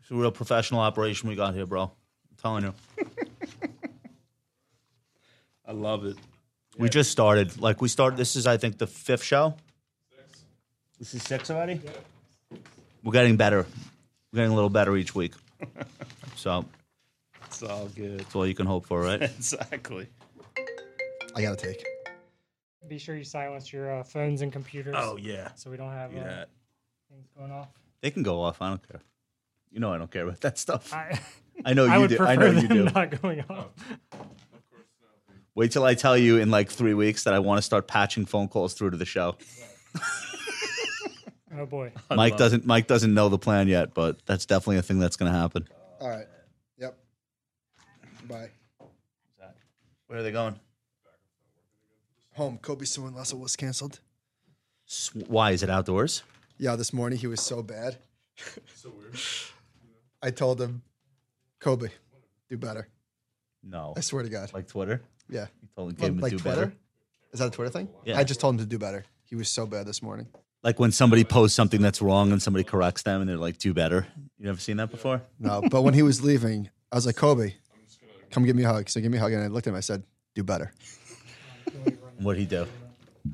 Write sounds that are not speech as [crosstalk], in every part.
It's a real professional operation we got here, bro. I'm telling you. I love it. We just started. Like we started. This is, I think, the fifth show. This is six already. We're getting better. We're getting a little better each week. so It's all good. [laughs] that's all you can hope for, right? Exactly. I gotta take. Be sure you silence your uh, phones and computers. Oh yeah. So we don't have Look at uh, that. things [laughs] going off. they can go off. I don't care. You know, I don't care about that stuff. I, I, know I Oh, you would do. prefer I know you them do. [laughs] not going off. Oh. Wait till I tell you in like three weeks that I want to start patching phone calls through to the show. Oh boy. Mike love- doesn't. Mike doesn't know the plan yet, but that's definitely a thing that's going to happen. All right. Yep. Bye. Where are they going? Home. Kobe Sewin Russell was canceled. Sw- Why is it outdoors? Yeah, this morning he was so bad. [laughs] so weird. I told him, Kobe, do better. No, I swear to God. like Twitter. Yeah. You told him, gave him to do better. Is that a Twitter thing? Yeah. I just told him to do better. He was so bad this morning. Like when somebody posts something that's wrong and somebody corrects them and they're like, do better. You never seen that before? No, but when he was leaving, I was like, Kobe, come give me a hug. So give me a hug. And I looked at him. I said, do better. What'd he do?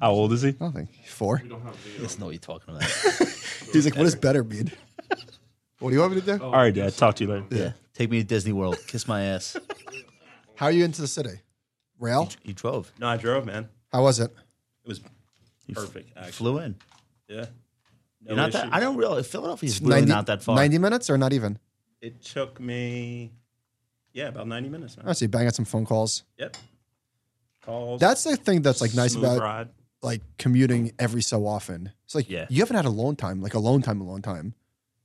How old is he? Nothing. Four. He doesn't know what you're talking about. He's like, what does better mean? [laughs] what do you want me to do? All right, Dad. Talk to you later. [laughs] yeah. Take me to Disney World. Kiss my ass. How are you into the city? Rail? He drove. [laughs] No, I drove, man. How was it? It was He f- perfect. Actually, Flew in. yeah. You're not that, I don't really. Philadelphia's really not that far. 90 minutes or not even? It took me, yeah, about ninety minutes. Man. I see. Bang out some phone calls. Yep. Calls. That's the thing that's like nice smooth about ride. like commuting every so often. It's like Yeah. you haven't had a long time, like a long time, a long time.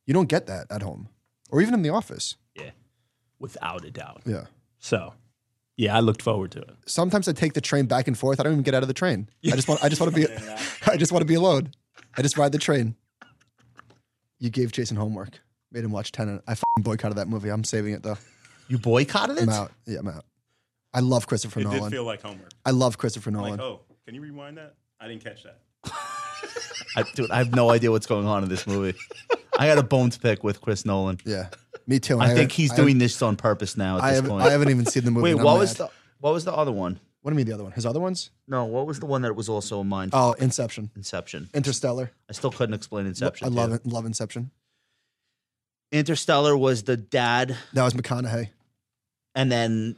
You don't get that at home or even in the office. Yeah, without a doubt. Yeah. So, yeah, I looked forward to it. Sometimes I take the train back and forth. I don't even get out of the train. I just want. I just want [laughs] to be. [laughs] I just want to be alone. I just ride the train. You gave Jason homework. Made him watch Tenet. I fing boycotted that movie. I'm saving it though. You boycotted [laughs] it? I'm out. Yeah, I'm out. I love Christopher It Nolan. did feel like homework. I love Christopher Nolan. Like, oh, can you rewind that? I didn't catch that. I, dude, I have no idea what's going on in this movie. I got a bone to pick with Chris Nolan. Yeah, me too. and I think he's haven't- doing this on purpose now at I this haven't, point. I haven't even seen the movie. Wait, and I'm what was mad. the what was the other one? What do you mean the other one? His other ones? No, what was the one that was also a mind Oh, Inception, Inception? Interstellar. I still couldn't explain Inception. I love dude. it. Love Inception. Interstellar was the dad, That was McConaughey. and then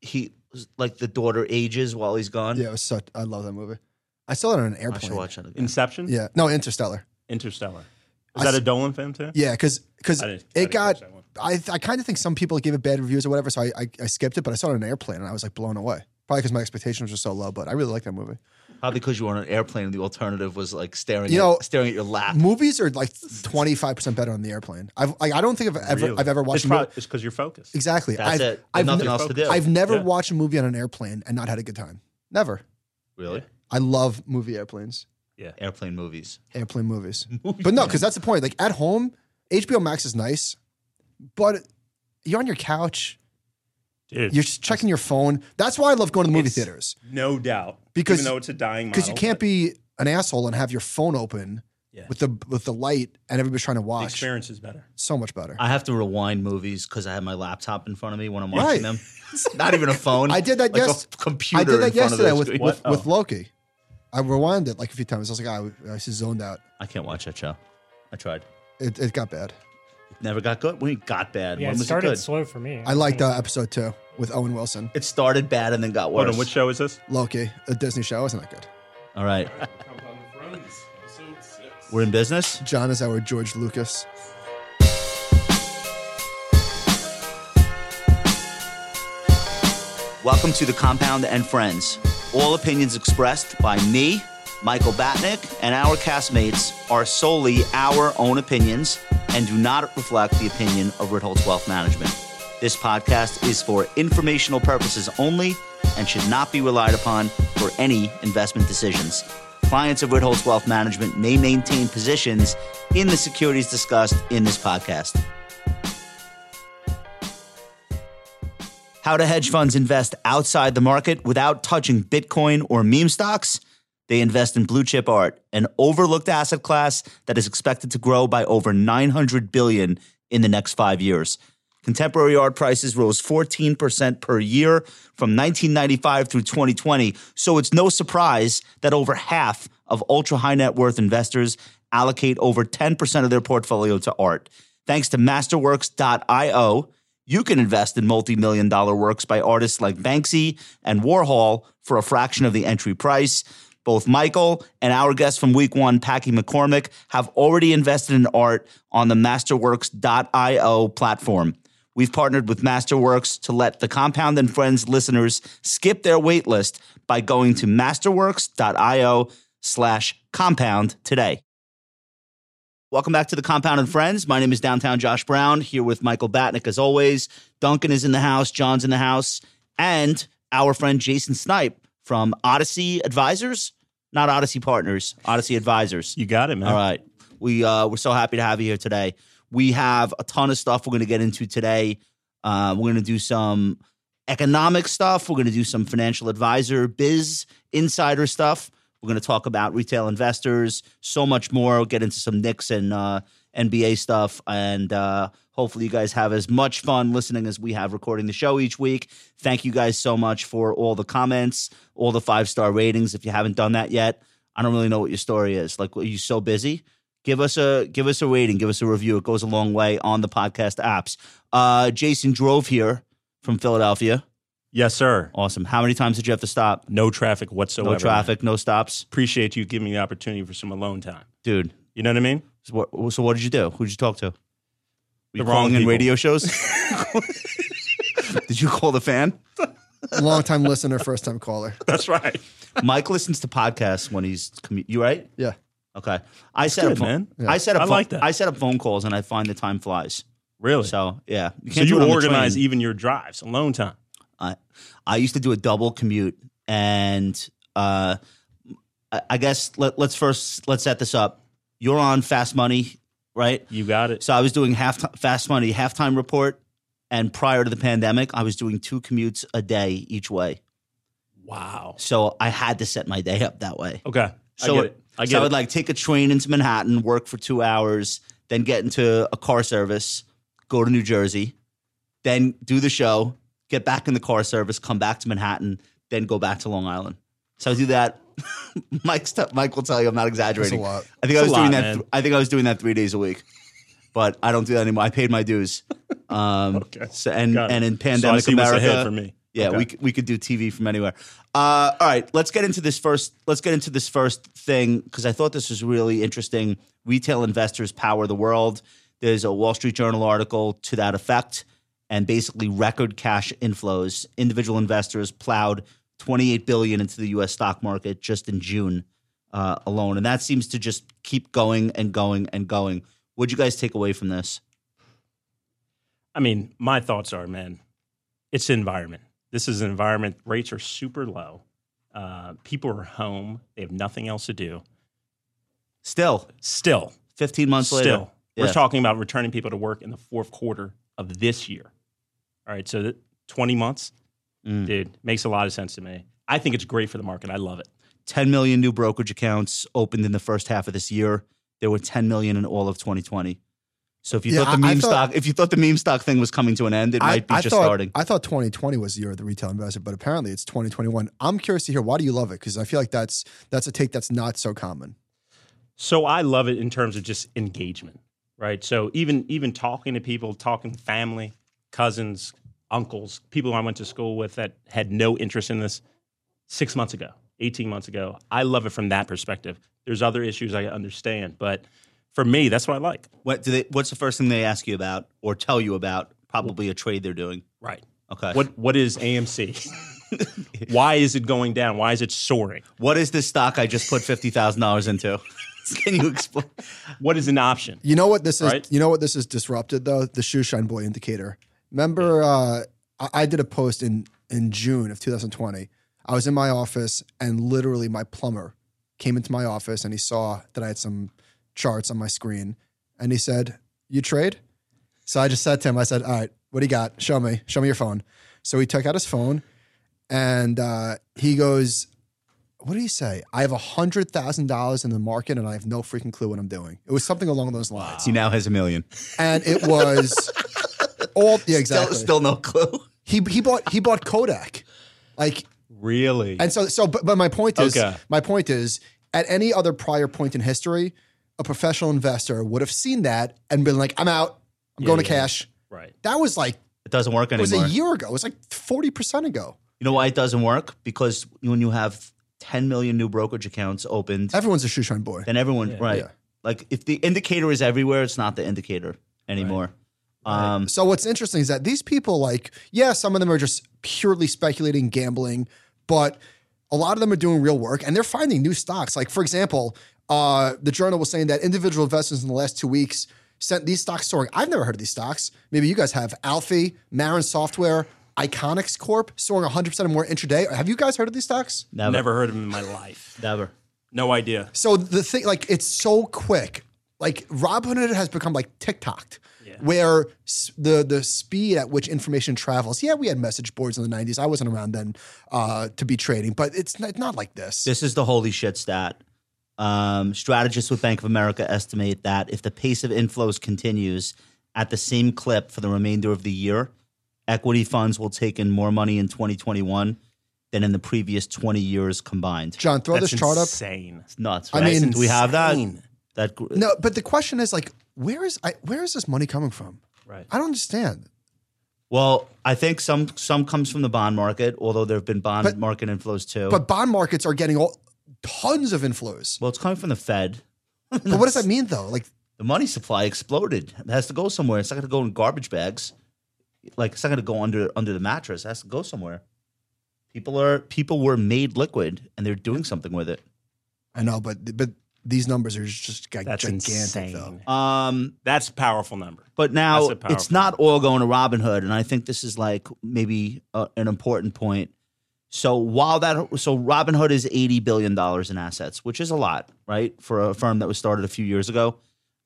he was like the daughter ages while he's gone. Yeah, it was such. I love that movie. I saw it on an I should airplane. watch it again. Inception. Yeah, no, Interstellar. Interstellar. I Is that a s- Dolan film too? Yeah, because because I didn't- I it didn't catch got. that one. I I kind of think some people gave it bad reviews or whatever, so I, I I skipped it. But I saw it on an airplane and I was like blown away. Probably because my expectations were so low, but I really like that movie. Probably because you were on an airplane, and the alternative was like staring, You at, know- staring at your lap. Movies are like twenty five percent better on the airplane. I've like I don't think I've ever Really? I've ever It's watched a probably movie. it's because you're focused. exactly. That's I've, it. I've nothing ne- else to do. I've never Yeah. watched a movie on an airplane and not had a good time. Never. really I love movie airplanes, airplane movies. [laughs] airplane movies. but no, because that's the point. Like at home, HBO Max is nice, but you're on your couch, Dude, you're just checking your phone. That's why I love going to the movie It's- theaters no doubt. Because- even though it's a dying model, because you can't be an asshole and have your phone open Yeah. with the with the light and everybody's trying to The watch. experience is better. So much better. I, I have to rewind movies because I have my laptop in front of me when I'm Right. watching them. [laughs] Not even a phone. I did that like yes- a computer. did that in front of yesterday the with screen. with, What? with Oh. Loki. I rewound it like a few times. I was like, "Ah, I, I just zoned out. I can't watch that show. I tried. It, it got bad. It never got good. We got bad. Yeah, when it was started it good? slow for me. I liked Mm. uh, episode two with Owen Wilson. it started bad and then got worse. Hold on, which show is this? Loki, a Disney show, isn't that good? All right. We're in business. John is our George Lucas. Welcome to the Compound and Friends. All opinions expressed by me, Michael Batnick, and our castmates are solely our own opinions and do not reflect the opinion of Ritholtz Wealth Management. This podcast is for informational purposes only and should not be relied upon for any investment decisions. Clients of Ritholtz Wealth Management may maintain positions in the securities discussed in this podcast. how do hedge funds invest outside the market without touching Bitcoin or meme stocks? They invest in blue chip art, an overlooked asset class that is expected to grow by over 900 billion in the next five years. Contemporary art prices rose 14% per year from 1995 through 2020. So it's no surprise that over half of ultra high net worth investors allocate over 10% of their portfolio to art. Thanks to masterworks.io, you can invest in multi million dollar works by artists like Banksy and Warhol for a fraction of the entry price. Both Michael and our guest from week one, Packy McCormick, have already invested in art on the masterworks.io platform. We've partnered with Masterworks to let the Compound and Friends listeners skip their wait list by going to masterworks.io slash compound today. Welcome back to the Compound and Friends. My name is Downtown Josh Brown, here with Michael Batnick as always. Duncan is in the house, John's in the house, and our friend Jason Snipe from Odyssey Advisors, not Odyssey Partners, Odyssey Advisors. You got it, man. All right. We uh, we're so happy to have you here today. We have a ton of stuff we're going to get into today. Uh, we're going to do some economic stuff. We're going to do some financial advisor biz insider stuff. We're going to talk about retail investors, so much more. We'll get into some Knicks and uh, NBA stuff, and uh, hopefully you guys have as much fun listening as we have recording the show each week. Thank you guys so much for all the comments, all the five star ratings. If you haven't done that yet, I don't really know what your story is. Like, are you so busy? Give us a give us a rating, give us a review. It goes a long way on the podcast apps. Uh, Jason drove here from Philadelphia. Yes, sir. Awesome. How many times did you have to stop? No traffic No whatsoever. traffic, no stops, Appreciate you giving me the opportunity for some alone time. dude. You know what I mean? So what, so what did you do? Who did you talk to? Were you The wrong calling in people. radio [laughs] shows? [laughs] did you call the fan? [laughs] Long time listener, first time caller. [laughs] That's right. Mike listens to podcasts when he's commu- you right? Yeah. Okay. I set good, up phone- man. I set up I phone- like that. I set up phone calls and I find the time flies. Really? So, So yeah, you you do it on the organize train. even your drives, alone time. I I used to do a double commute, and uh, I- I guess let, let's first let's set this up. You're on Fast Money, right? You got it. So I was doing half Fast Money halftime report, and prior to the pandemic, I was doing two commutes a day each way. Wow. So I had to set my day up that way. Okay. So I get it. I get so I it. would like take a train into Manhattan, work for two hours, then get into a car service, go to New Jersey, then do the show, get back in the car service, come back to Manhattan, then go back to Long Island. So I do that. [laughs] Mike's t- Mike will tell you I'm not That's a exaggerating. lot. I think I It's was a doing lot, that. man. th- I think I was doing that three days a week, but I don't do that anymore. I paid my [laughs] dues. Um, Okay. so- and Got it. and in so I pandemic see what's America, ahead for me. yeah, Okay. we c- we could do TV from anywhere. Uh, all right, let's get into this first. Let's get into this first thing because I thought this was really interesting. Retail investors power the world. There's a Wall Street Journal article to that effect, and basically record cash inflows. Individual investors plowed 28 billion into the U.S. stock market just in June uh, alone, and that seems to just keep going and going and going. What'd you guys take away from this? I mean, my thoughts are, man, it's the environment. This is an environment. Rates are super low. Uh, people are home. They have nothing else to do. Still, Still, 15 months still, later, Yeah. we're talking about returning people to work in the fourth quarter of this year. All right, so that 20 months, Mm. dude, makes a lot of sense to me. I think it's great for the market. I love it. 10 million new brokerage accounts opened in the first half of this year. There were 10 million in all of 2020. So if you Yeah, thought the I- I meme thought- stock, if you thought the meme stock thing was coming to an end, it might be just thought, starting. I thought 2020 was the year of the retail investor, but apparently it's 2021. I'm curious to hear why do you love it? Because I feel like that's that's a take that's not so common. So I love it in terms of just engagement, right? So even even talking to people, talking family, cousins, uncles, people I went to school with that had no interest in this six months ago, eighteen months ago. I love it from that perspective. There's other issues I understand, but for me, that's what I like. What do they? What's the first thing they ask you about or tell you about? Probably a trade they're doing. Right. Okay. What what is AMC? [laughs] Why is it going down? Why is it soaring? what is this stock I just put fifty thousand dollars into? [laughs] Can you explain? What is an option? You know what this is? Right. You know what this is disrupted though? The shoe shine boy indicator. Remember, uh, I, I did a post in in June of 2020. I was in my office and literally my plumber came into my office and he saw that I had some charts on my screen and he said, "You trade?" So I just said to him, "I said, all right, what do you got? Show me, show me your phone." So he took out his phone and uh, he goes, what did he say? I have hundred thousand dollars in the market and I have no freaking clue what I'm doing. It was something along those lines, He now has a million. and [laughs] it was all yeah exactly. Still, still no clue. He he bought he bought Kodak, like Really? and so so. But, but my point is Okay. my point is at any other prior point in history, a professional investor would have seen that and been like, I'm out. I'm going to yeah. cash. right. That was like It doesn't work it was anymore. a year ago. It was like forty percent ago. You know why it doesn't work? Because when you have 10 million new brokerage accounts opened, Everyone's a shoeshine boy. then everyone, right. Yeah. Like if the indicator is everywhere, it's not the indicator anymore. Um, So what's interesting is that these people, like, yeah, some of them are just purely speculating, gambling, but a lot of them are doing real work and they're finding new stocks. Like, for example, uh, the journal was saying that individual investors in the last two weeks sent these stocks soaring. I've never heard of these stocks. Maybe you guys have. Alfie, Marin Software, Iconics Corp, soaring 100% or more intraday. Have you guys heard of these stocks? never, never. Never heard of him in my life. never. No idea. So the thing, like, it's so quick. Like Robinhood has become like TikTok, where s- the the speed at which information travels. Yeah, we had message boards in the '90s. I wasn't around then uh, to be trading, but it's not, not like this. This is the holy shit stat. Um, strategists with Bank of America estimate that if the pace of inflows continues at the same clip for the remainder of the year, equity funds will take in more money in 2021 than in the previous 20 years combined. John, throw That's this chart up. insane. It's nuts. I Right? mean- do we have that? Insane. That gr- No, but the question is like, where is I, where is this money coming from? Right. I don't understand. Well, I think some some comes from the bond market, although there have been bond But- market inflows Oh. too. But bond markets are getting all tons of inflows. well, it's coming from the Fed. But what does that mean though? Like, The money supply exploded. It has to go somewhere. It's not going to go in garbage bags. Like it's not going to go under under the mattress. It has to go somewhere. People are people were made liquid, and they're doing something with it. I know, but but these numbers are just like, That's gigantic insane. though. Um, That's a powerful number. But now That's a powerful- it's not all going to Robinhood, and I think this is like maybe uh an important point. So while that, so Robinhood is eighty billion dollars in assets, which is a lot, right, for a firm that was started a few years ago.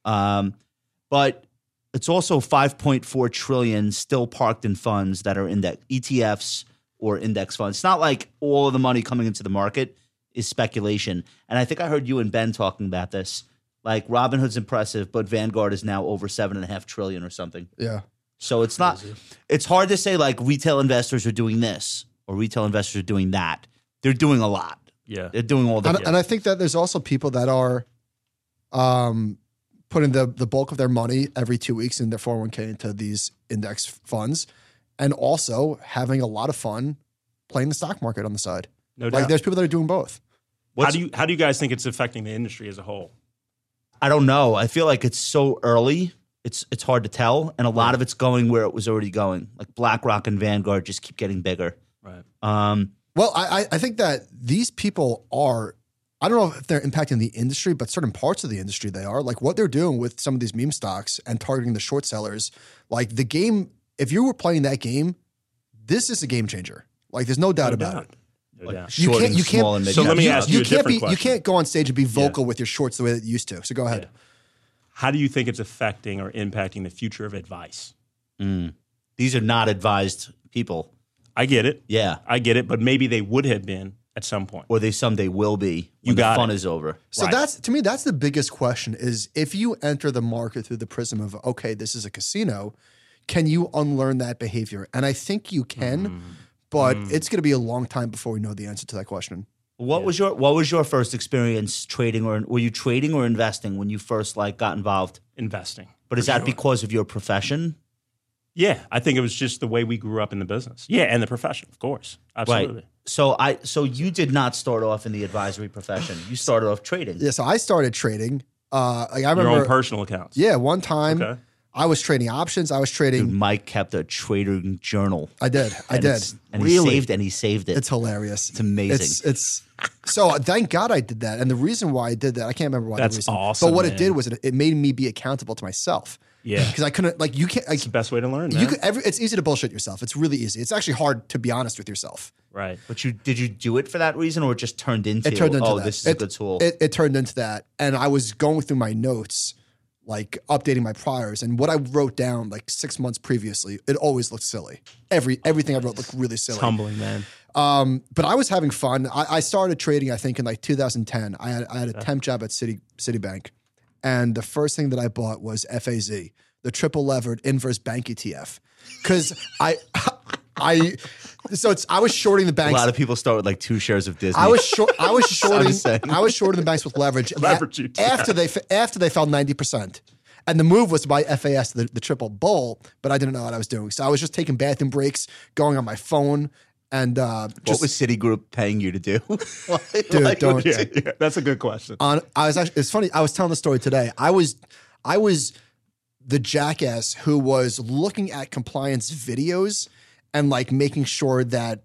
Um, but it's also five point four trillion still parked in funds that are index ETFs or index funds. It's not like all of the money coming into the market is speculation. And I think I heard you and Ben talking about this. Like Robinhood's impressive, but Vanguard is now over seven and a half trillion or something. Yeah. So it's not. It's hard to say like retail investors are doing this or retail investors are doing that. They're doing a lot. Yeah. They're doing all and, that. and I think that there's also people that are um, putting the the bulk of their money every two weeks in their 401k into these index funds, and also having a lot of fun playing the stock market on the side. No Like doubt. there's people that are doing both. how do you how do you guys think it's affecting the industry as a whole? I don't know. I feel like it's so early. It's it's hard to tell, and a lot of it's going where it was already going. Like BlackRock and Vanguard just keep getting bigger. Right. Um, Well, I I- I think that these people are. I don't know if they're impacting the industry, but certain parts of the industry they are. Like what they're doing with some of these meme stocks and targeting the short sellers. Like the game, if you were playing that game, this is a game changer. Like there's no doubt about it. No doubt. you can't, shorting you small can't, and mid So let me caps. ask you a can't different be, You question. can't go on stage and be vocal with your shorts the way that you used to. So go ahead. How do you think it's affecting or impacting the future of advice? These are not advised people. I get it. Yeah, I get it, but maybe they would have been at some point. or they someday will be. When You got the fun it. is over. So Right. that's to me, that's the biggest question: is if you enter the market through the prism of okay, this is a casino, can you unlearn that behavior? And I think you can, Mm. but it's going to be a long time before we know the answer to that question. What was your What was your first experience trading, or were you trading or investing when you first like got involved? Investing. But is that because of your profession? Yeah, I think it was just the way we grew up in the business. Yeah, and the profession, of course. Absolutely. Right. So I so you did not start off in the advisory profession. You started off trading. Yeah. So I started trading. Uh, like I remember, Your own personal accounts. yeah, one time Okay. I was trading options. I was trading. Mike kept a trading journal. I did. I and did. it's- And he saved and he saved it. It's hilarious. It's amazing. It's, it's so uh, thank God I did that. And the reason why I did that, I can't remember why. That's the reason. awesome, But what it man. did was it, it made me be accountable to myself. Yeah. Because I couldn't like you can't like It's the best way to learn, man. you could every, it's easy to bullshit yourself. It's really easy. It's actually hard to be honest with yourself. right. but you did you do it for that reason, or it just turned into? It turned into oh, that. this is it, a good tool. It, it turned into that, and I was going through my notes, like updating my priors, and what I wrote down like six months previously. It always looked silly. Every everything I wrote looked really silly. It's humbling, man. Um, but I was having fun. I, I started trading, I think, in like 2010. I had, I had a temp job at City Citibank, and the first thing that I bought was FAZ, the triple levered inverse bank E ETF, because [laughs] I, I, so it's I was shorting the A banks. lot of people start with like two shares of Disney. [laughs] I was short. I was just saying. shorting. I was shorting the banks with leverage. [laughs] Leverage, you A- after they f- after they fell ninety percent, and the move was to buy FAS the, the triple bull, but I didn't know what I was doing, so I was just taking bathroom breaks, going on my phone, and uh, what just was Citigroup paying you to do? [laughs] dude, don't. Yeah, yeah, that's a good question. on I was actually it's funny, I was telling the story today. I was I was the jackass who was looking at compliance videos and like making sure that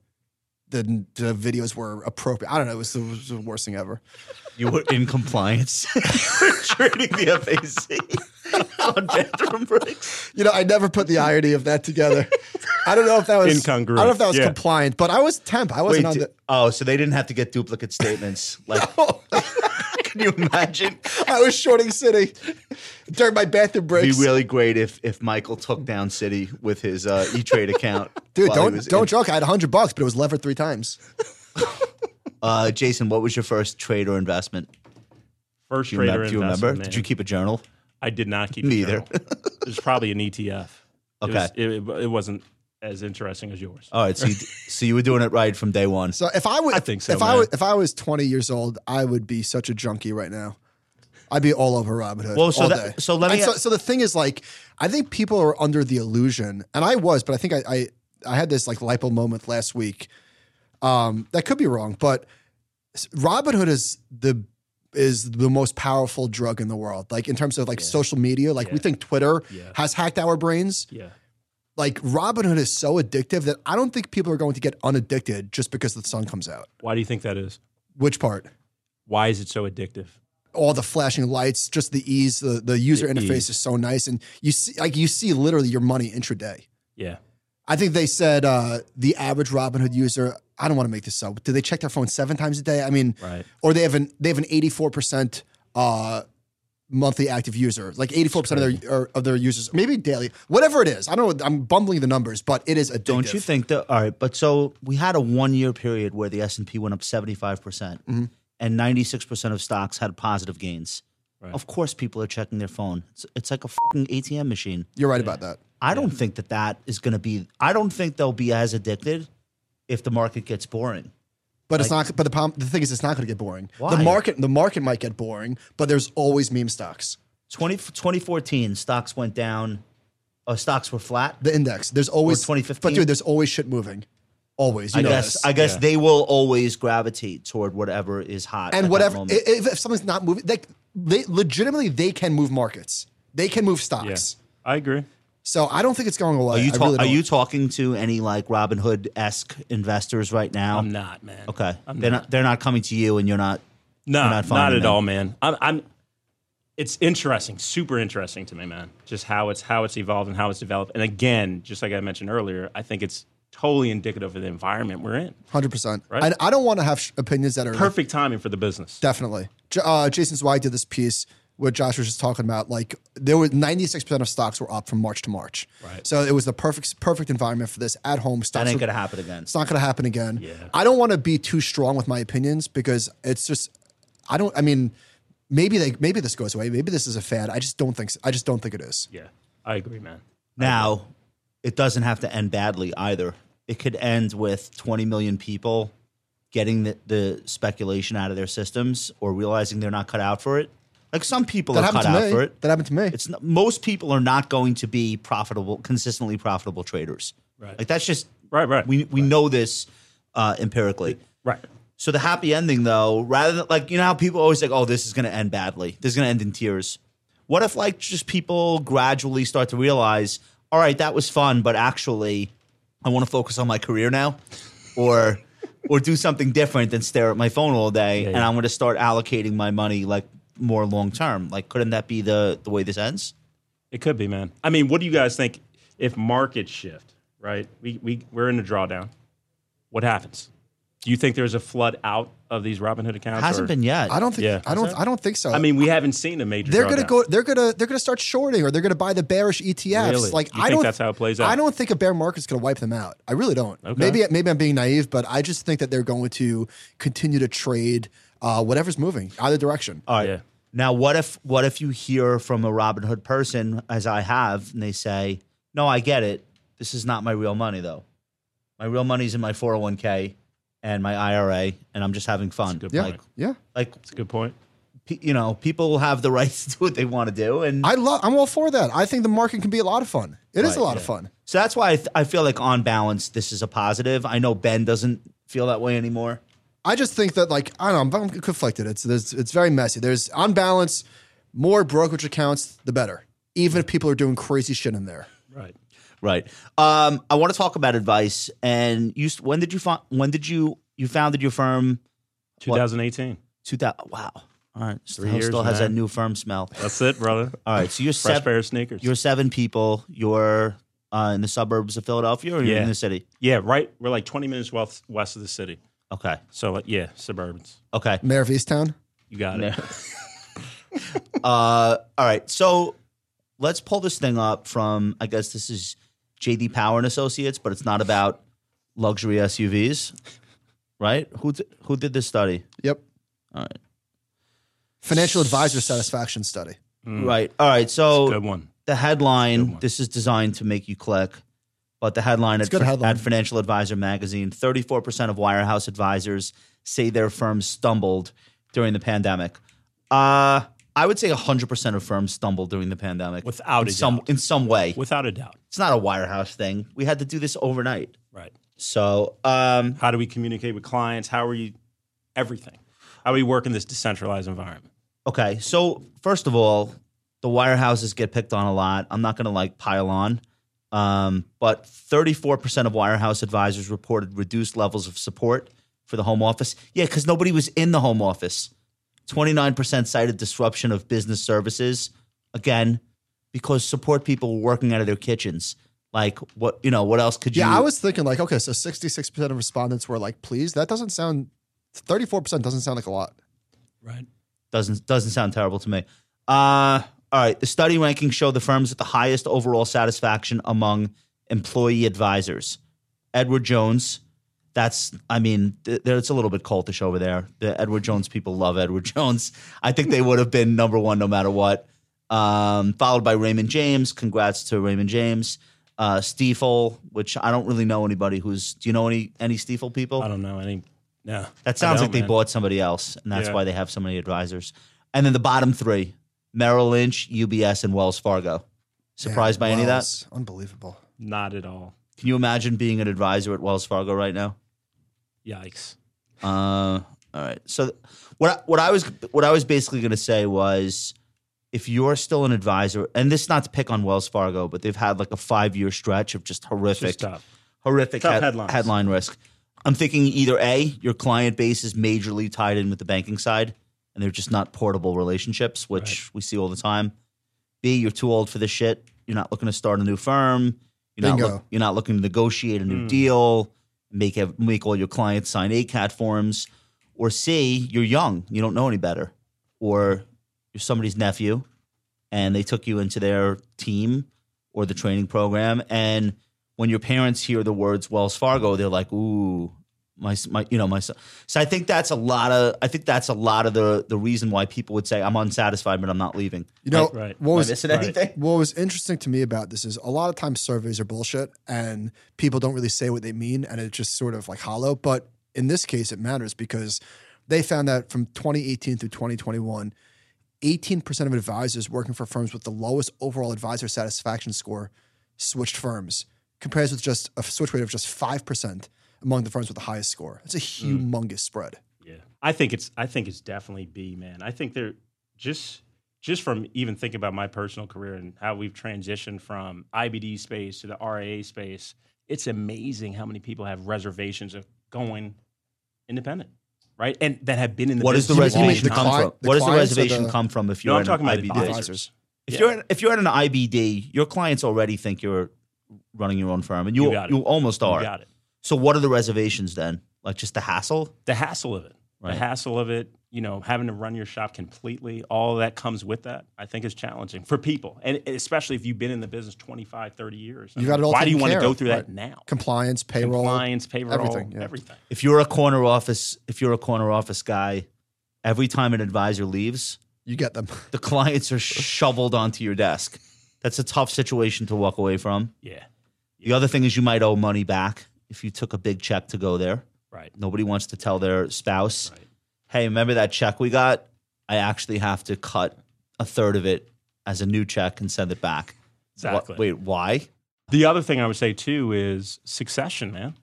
the, the videos were appropriate. I don't know. It was, the- it was the worst thing ever. You were in [laughs] compliance. you were trading the FAC [laughs] on bathroom breaks. You know, I never put the irony of that together. I don't know if that was Incongruent, I don't know if that was yeah. compliant, but I was temp. I wasn't Wait, on di- the. oh, so they didn't have to get duplicate statements. [laughs] Like, [laughs] can you imagine? I was shorting city [laughs] during my bathroom It'd breaks. be really great if if Michael took down City with his uh, E Trade account. Dude, while he don't was don't in- joke. I had hundred bucks, but it was levered three times. Uh, Jason, what was your first trade or investment? First Do you, trader remember, do you investment, remember? man. Did you keep a journal? I did not keep Neither. A journal. it was probably an ETF. Okay. Oh. It, was, it, it wasn't as interesting as yours. All right, so you, so you were doing it right from day one. So if I was, I think so, If I man. was, if I was twenty years old, I would be such a junkie right now. I'd be all over Robin Hood. Well, so all that- day. so let And me- So, so the thing is, like, I think people are under the illusion, and I was, but I think I, I, I had this like lipo moment last week. Um, that could be wrong, but s- Robin Hood is the is the most powerful drug in the world. Like in terms of like social media, like we Yeah. think Twitter Yeah. has hacked our brains Yeah. like Robinhood is so addictive that I don't think people are going to get unaddicted just because the sun comes out. Why do you think that is? Which part? Why is it so addictive? All the flashing lights, just the ease, the, the user The interface ease. is so nice, and you see like you see literally your money intraday. Yeah. I think they said uh, the average Robinhood user. I don't want to make this up. Do they check their phone seven times a day? I mean, Right. or they have an they have an eighty four percent uh, monthly active user, like eighty four percent of their or, of their users, maybe daily, whatever it is. I don't know. I'm bumbling the numbers, but it is addictive. Don't you think that? All right, but so we had a one-year period where the S and P went up seventy-five percent, Mm-hmm. and ninety-six percent of stocks had positive gains. Right. Of course, people are checking their phone. It's, it's like a fucking ATM machine. You're right about that. I don't think that that is going to be. I don't think they'll be as addicted if the market gets boring. But it's not. But the problem, the thing is, it's not going to get boring. Why? The market, the market might get boring, but there's always meme stocks. 20, 2014, stocks went down. Uh, stocks were flat. The index, there's always 2015? But dude, there's always shit moving. Always, you I know guess. this. I guess Yeah. they will always gravitate toward whatever is hot at and that whatever, i- moment. if, if something's not moving, like they legitimately, they can move markets. They can move Yeah. stocks. I agree. So I don't think it's going away. Are you, I ta- really are don't. you talking to any like Robin Hood esque investors right now? I'm not, man. Okay, I'm they're not. They're not coming to you, and you're not. No, You're not not, finding at them. all, man. I'm, I'm. It's interesting, super interesting to me, man. Just how it's how it's evolved and how it's developed. And again, just like I mentioned earlier, I think it's totally indicative of the environment we're in. Hundred percent. Right? And I don't want to have sh- opinions that are Perfect timing for the business. Definitely. J- uh, Jason Zweig did this piece what Josh was just talking about. Like there were 96% of stocks were up from March to March. Right. So it was the perfect perfect environment for this at home That stocks. ain't were- gonna happen again. it's not going to happen again. Yeah. I don't want to be too strong with my opinions because it's just I don't I mean maybe they maybe this goes away. Maybe this is a fad. I just don't think so. I just don't think it is. Yeah, I agree, man. Now, it doesn't have to end badly either. It could end with 20 million people getting the, the speculation out of their systems or realizing they're not cut out for it. Like some people That are happened cut to out me. for it. That happened to me. It's not, most people are not going to be profitable, consistently profitable traders. Right. Like that's just Right, right, We we know this uh, empirically. Right. So the happy ending, though, rather than like you know how people always like, oh, this is going to end badly. This is going to end in tears. What if like just people gradually start to realize, all right, that was fun, but actually, I want to focus on my career now, or or do something different than stare at my phone all day, and yeah. I'm going to start allocating my money like more long term. Like, couldn't that be the the way this ends? It could be, man. I mean, what do you guys think if markets shift? Right, we we we're in a drawdown. What happens? Do you think there's a flood out of these Robinhood accounts? Hasn't or- been yet. I don't think. Yeah. I don't. I don't think so. I mean, we haven't seen a major. they're gonna drawdown. go. They're gonna. They're gonna start shorting, or they're gonna buy the bearish ETFs. Really? Like You I think don't. that's how it plays out? I don't think a bear market's gonna wipe them out. I really don't. Okay. Maybe. Maybe I'm being naive, but I just think that they're going to continue to trade uh, whatever's moving, either direction. All right. Yeah. Now, what if what if you hear from a Robin Hood person, as I have, and they say, "No, I get it. This is not my real money, though. My real money's in my 401k and my IRA, and I'm just having fun." Good yeah. point. Yeah. Like, That's a good point. pe- you know, people have the [laughs] right to do what they want to do, and I love. I'm all for that. I think the market can be a lot of fun. It is a Right, lot of fun. so that's why I, th- I feel like on balance, this is a positive. I know Ben doesn't feel that way anymore. I just think that like I don't know, I'm, I'm conflicted. It's there's, it's very messy. There's on balance, more brokerage accounts the better, even if people are doing crazy shit in there. Right. Right. Um, I want to talk about advice. And you, s- when did you find? When did you you founded your firm? 2018. 2000. Wow. All right. Still, oh, years, still has that man. new firm smell. That's [laughs] it, brother. All right. So you're Fresh seven. pair of sneakers. Uh, You're seven people. You're uh, in the suburbs of Philadelphia, or you're Yeah. in the city. yeah, right. We're like 20 minutes west west of the city. Okay. So like, yeah, suburbans. [laughs] Okay. Mayor of Easttown. You got it. [laughs] uh, all right. So let's pull this thing up from. I guess this is JD Power and Associates, but it's not about luxury SUVs, right? Who d- who did this study? Yep. All right. Financial advisor satisfaction study. Mm. Right. All right. So Good one. the Good headline one. this is designed to make you click but the headline, It's at, a good headline. at financial advisor magazine 34% of wirehouse advisors say their firm stumbled during the pandemic uh, i would say 100% of firms stumbled during the pandemic Without in a some, doubt. in some way Without a doubt. it's not a wirehouse thing we had to do this overnight Right. so um, How do we communicate with clients? How are you? Everything. How do we work in this decentralized environment? Okay, so first of all, the wirehouses get picked on a lot. I'm not going to like pile on, um, but 34% of wirehouse advisors reported reduced levels of support for the home office. Yeah, because nobody was in the home office. 29% cited disruption of business services. Again, because support people were working out of their kitchens. Like what you know? What else could you? Yeah, I was thinking like, okay, so 66% of respondents were like, please. That doesn't sound 34% doesn't sound like a lot. Right. doesn't doesn't sound terrible to me. Uh, all right. The study rankings show the firms with the highest overall satisfaction among employee advisors. Edward Jones. That's I mean, th- there- it's a little bit cultish over there. The Edward Jones people love Edward Jones. I think they would have been number one no matter what. Um, followed by Raymond James. Congrats to Raymond James. Uh, Stiefel, which I don't really know anybody who's. Do you know any any Stiefel people? I don't know any. No. I That sounds don't, like they man. bought somebody else, and that's Yeah. why they have so many advisors. And then the bottom three: Merrill Lynch, UBS, and Wells Fargo. Surprised by any of that? Wells, Unbelievable. Not at all. Can you imagine being an advisor at Wells Fargo right now? Yikes. Uh, all right. So what I- what I was what I was basically going to say was, if you're still an advisor, and this is not to pick on Wells Fargo, but they've had like a five year stretch of just horrific, Just tough. horrific Tough head- headlines. headline risk. I'm thinking either A, your client base is majorly tied in with the banking side, and they're just not portable relationships, which we see all the time. B, you're too old for this shit. You're not looking to start a new firm. You're not, Bingo. look- you're not looking to negotiate a Hmm. new deal. Make ev- make all your clients sign ACAT forms, or C, you're young. You don't know any better, or you're somebody's nephew, and they took you into their team or the training program. And when your parents hear the words Wells Fargo, they're like, "Ooh, my, my you know my son." So I think that's a lot of I think that's a lot of the the reason why people would say I'm unsatisfied, but I'm not leaving. You know, Right. what Am I was missing right. anything? What was interesting to me about this is a lot of times surveys are bullshit and people don't really say what they mean and it's just sort of like hollow. But in this case, it matters because they found that from 2018 through 2021, 18% of advisors working for firms with the lowest overall advisor satisfaction score switched firms, compares with just a switch rate of just 5% among the firms with the highest score. It's a Hmm. humongous spread. Yeah. I think it's I think it's definitely B, man. I think they're just just from even thinking about my personal career and how we've transitioned from IBD space to the RIA space, it's amazing how many people have reservations of going independent, right? And that have been in the What does the You mean- business a long reservation the time. come cli- from? the What does the clients or reservation the- come from if you're No, an I'm talking about IBD? advisors. If Yeah. you're at, if you're at an IBD, your clients already think you're running your own firm, and you You you, got it. almost You are. got it. So what are the reservations then? Like just the hassle. the hassle of it, Right. the hassle of it, you know, having to run your shop completely, all that comes with that, I think is challenging for people. And especially if you've been in the business 25, 30 years. I You've mean, got it all Why do taken you want care to go of, through that right. now? Compliance, payroll. Compliance, payroll, everything, everything. yeah. If you're a corner office, if you're a corner office guy, every time an advisor leaves, You get them. the clients are shoveled onto your desk. That's a tough situation to walk away from. Yeah, The other thing is you might owe money back if you took a big check to go there. right. Nobody wants to tell their spouse, Right. "Hey, remember that check we got? I actually have to cut a third of it as a new check and send it back." Wha- Exactly. wait, why? The other thing I would say too is succession, man.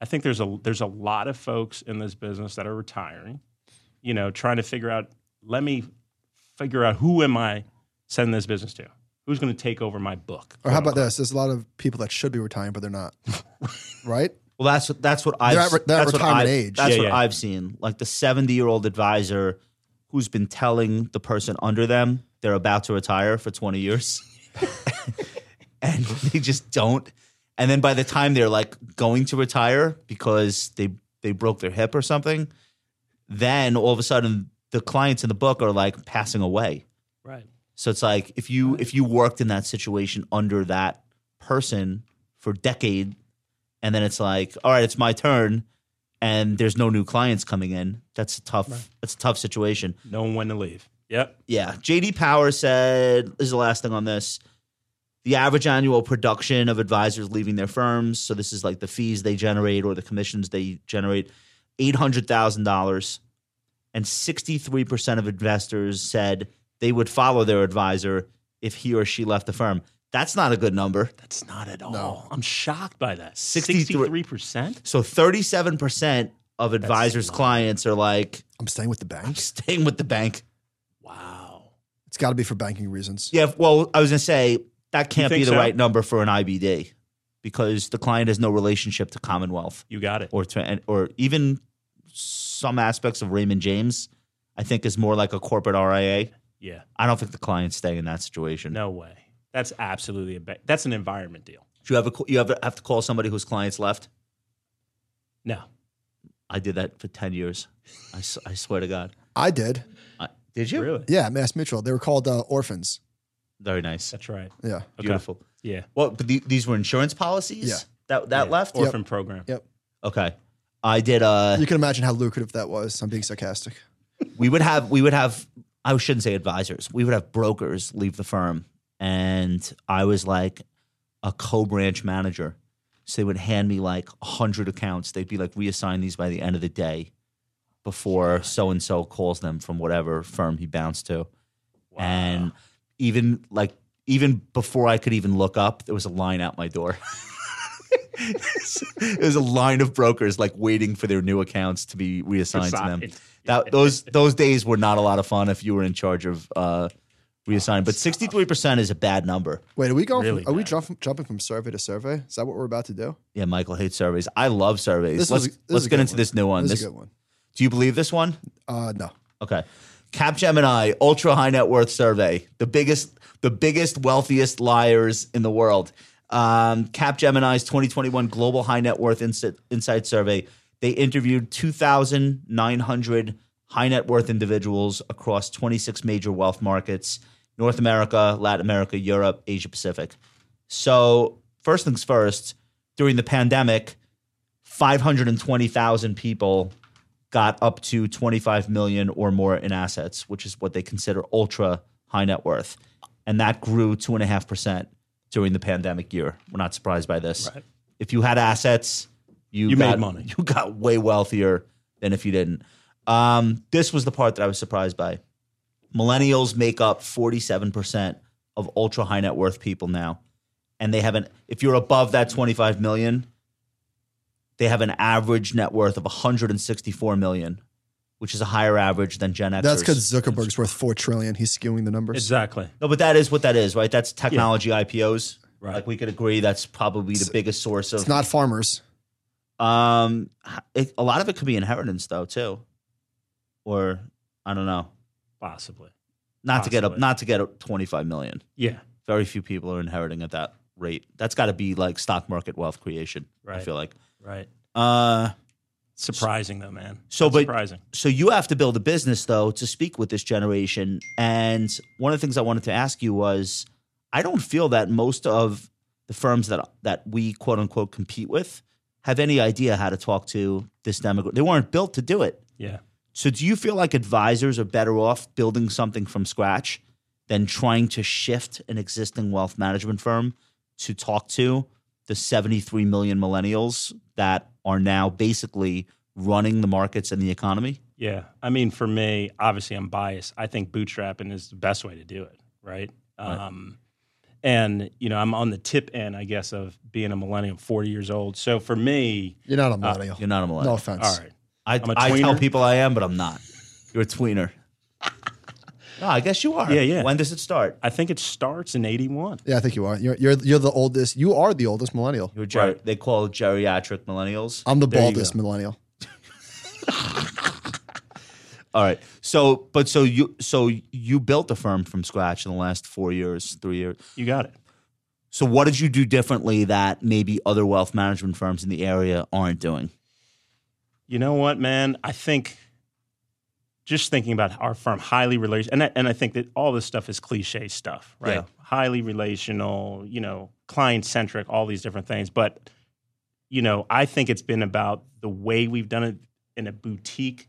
I think there's a there's a lot of folks in this business that are retiring, you know, trying to figure out let me figure out who am I sending this business to? Who's going to take over my book? Or how about this? There's a lot of people that should be retiring, but [laughs] they're not. right? Well, that's what that's what I've at re- they're at that's what retirement I've- age. That's Yeah, what yeah. I've seen. Like the seventy-year-old advisor who's been telling the person under them they're about to retire for twenty years, [laughs] and they just don't. And then by the time they're like going to retire because they they broke their hip or something, then all of a sudden the clients in the book are like passing away. Right. So it's like if you if you worked in that situation under that person for decade, and then it's like, all right, it's my turn, and there's no new clients coming in. That's a tough. That's a tough situation. Knowing when to leave. Yep. Yeah. JD Power said, this is the last thing on this. The average annual production of advisors leaving their firms, so this is like the fees they generate or the commissions they generate, $800,000. And 63% of investors said they would follow their advisor if he or she left the firm. That's not a good number. That's not at all. I'm shocked by that. 63 percent. So 37% of advisors' low. clients are like, I'm staying with the I'm bank. staying with the bank. Wow. It's got to be for banking reasons. Yeah, well, I was gonna say that can't be think the so? right number for an IBD because the client has no relationship to Commonwealth You got it. or to or even some aspects of Raymond James. I think is more like a corporate RIA. Yeah. I don't think the clients stay in that situation. No way. That's absolutely a. Ba- that's an environment deal. Do you ever you ever have to call somebody whose clients left? No. I did that for ten years. I, s- I swear to God. I did. I, did you? Really? Yeah, Mass Mutual. They were called uh, orphans. Very nice. That's right. Yeah. Okay. Beautiful. Yeah. Well, but the, these were insurance policies. Yeah. That that Yeah. left. Orphan program. Yeah. Okay. I did. Uh, You can imagine how lucrative that was. I'm being sarcastic. we would have we would have I shouldn't say advisors. We would have brokers leave the firm, and I was like a co-branch manager. So they would hand me like hundred accounts. They'd be like, reassign these by the end of the day, before so and so calls them from whatever firm he bounced to. And even like even before I could even look up, there was a line out my door. [laughs] it was a line of brokers like waiting for their new accounts to be reassigned to them Assigned. that those those days were not a lot of fun if you were in charge of uh reassigning. But sixty three percent is a bad number. Wait, are we going? Really from, are we bad. jump, jumping from survey to survey? Is that what we're about to do? Yeah, Michael hates surveys. I love surveys. This let's was- this is let's a get good into one. this new one. This This, is a good one. do you believe this one? Uh, no. Okay. Capgemini ultra high net worth survey. The biggest the biggest wealthiest liars in the world. Um, Capgemini's 2021 global high net worth insight, insight survey. They interviewed 2,900 high net worth individuals across 26 major wealth markets: North America, Latin America, Europe, Asia Pacific. So, first things first. During the pandemic, 520,000 people got up to 25 million or more in assets, which is what they consider ultra high net worth. And that grew 2.5% during the pandemic year. We're not surprised by this. Right. If you had assets, you, You got, made money. [laughs] You got way wealthier than if you didn't. Um, this was the part that I was surprised by. Millennials make up 47% of ultra high net worth people now. And they haven't, if you're above that 25 million, they have an average net worth of 164 million, which is a higher average than Gen Xers. That's because Zuckerberg's worth four trillion. He's skewing the numbers. Exactly. no, but that is what that is, right? That's technology IPOs. Right. Like we could agree, that's probably the biggest source of. It's not farmers. um, it, a lot of it could be inheritance though too, or I don't know. Possibly. Not to get up, Possibly. not to get up 25 million. Yeah. Very few people are inheriting at that rate. That's got to be like stock market wealth creation. I Right. feel like. Right. Uh, Surprising though, man. So, That's but- surprising. So you have to build a business though to speak with this generation. And one of the things I wanted to ask you was I don't feel that most of the firms that that we quote unquote compete with have any idea how to talk to this demographic. They weren't built to do it. Yeah. So do you feel like advisors are better off building something from scratch than trying to shift an existing wealth management firm to talk to the 73 million millennials that are now basically running the markets and the economy? Yeah. I mean, for me, obviously I'm biased. I think bootstrapping is the best way to do it, right? Right. Um, and, you know, I'm on the tip end, I guess, of being a millennial, 40 years old. So for me, You're not a millennial. You're not a no millennial. offense. all right. I, I'm a I tell tweener. people I am, but I'm not. You're a tweener. [laughs] no, I guess you are. Yeah, yeah. When does it start? I think it starts in 81. Yeah, I think you are. You're, you're you're the oldest. You are the oldest millennial. You're ger- They call it geriatric millennials. I'm the There you baldest millennial. All right. So, but so you so you built a firm from scratch in the last four years, three years. You got it. So, what did you do differently that maybe other wealth management firms in the area aren't doing? You know what, man? I think just thinking about our firm, highly relational, and I, and I think that all this stuff is cliche stuff, right? Yeah. Highly relational, you know, client centric, all these different things. But you know, I think it's been about the way we've done it in a boutique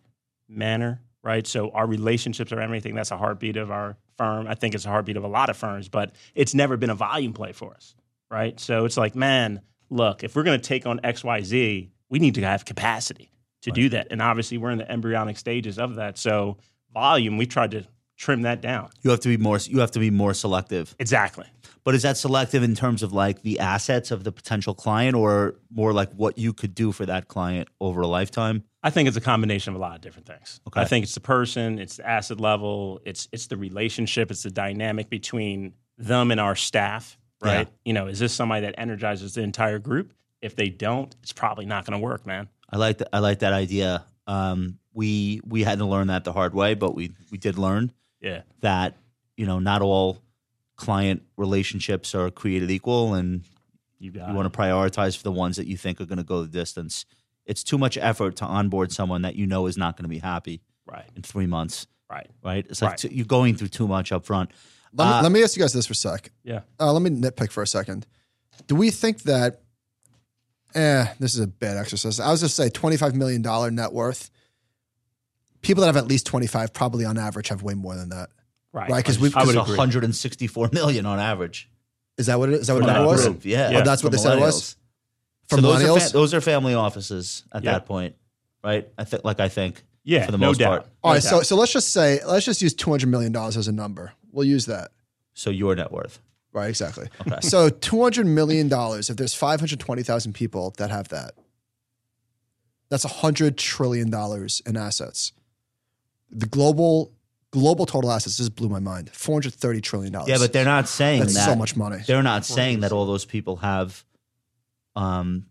manner, right? So our relationships are everything. That's a heartbeat of our firm. I think it's a heartbeat of a lot of firms, but it's never been a volume play for us, right? So it's like, man, look, if we're going to take on X, Y, Z, we need to have capacity to do that. And obviously, we're in the embryonic stages of that. So volume, we tried to trim that down. You have to be more. You have to be more selective. Exactly. But is that selective in terms of like the assets of the potential client, or more like what you could do for that client over a lifetime? I think it's a combination of a lot of different things. Okay. I think it's the person, it's the asset level, it's it's the relationship, it's the dynamic between them and our staff, right? Yeah. You know, is this somebody that energizes the entire group? If they don't, it's probably not going to work, man. I like that. I like that idea. Um, we we had to learn that the hard way, but we we did learn Yeah. that you know not all client relationships are created equal, and You got you it. want to prioritize for the ones that you think are going to go the distance. It's too much effort to onboard someone that you know is not going to be happy right. in three months, Right. right? It's like Right. t- you're going through too much up front. Let me, Uh, let me ask you guys this for a sec. Yeah. Uh, let me nitpick for a second. Do we think that? Eh, this is a bad exercise. I was just say twenty-five million dollar net worth. People that have at least twenty-five probably on average have way more than that. Right. Right, 'cause we've- I would It's agree. 164 million on average. Is that what it is? Is that what For that that was? group. Yeah, Yeah. Oh, that's what For they said it millennials. was. For so those are, millennials. fa- those are family offices at Yeah. that point, right? I think, like I think. yeah, for the no most doubt. part. No All right, doubt. so so let's just say let's just use two hundred million dollars as a number. We'll use that. So your net worth. Right, exactly. [laughs] Okay. So two hundred million dollars. If there's five hundred twenty thousand people that have that, that's hundred trillion dollars in assets. The global global total assets just blew my mind. Four hundred thirty trillion dollars. Yeah, but they're not saying that's that. so much money. They're not saying that all those people have um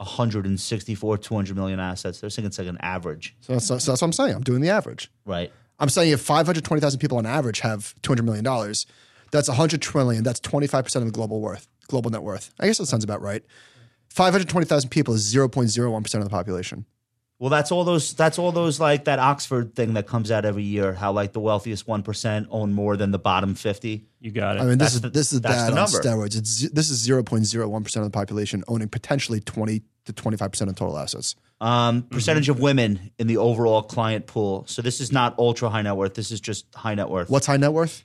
164 200 million assets. They're saying it's like an average, So that's, so that's what I'm saying. I'm doing the average. right? I'm saying if five hundred twenty thousand people on average have two hundred million dollars, that's hundred trillion. That's twenty five percent of the global worth, global net worth. I guess that sounds about right. Five hundred twenty thousand people is zero point zero one percent of the population. Well, that's all those that's all those like that Oxford thing that comes out every year how like the wealthiest 1% own more than the bottom 50. you got it. I mean, That's this is the- this is that's bad the on number. steroids. It's, z- this is zero point zero one percent of the population owning potentially twenty to twenty five percent of total assets. Um, Mm-hmm. percentage of women in the overall client pool. So this is not ultra high net worth. This is just high net worth. What's high net worth?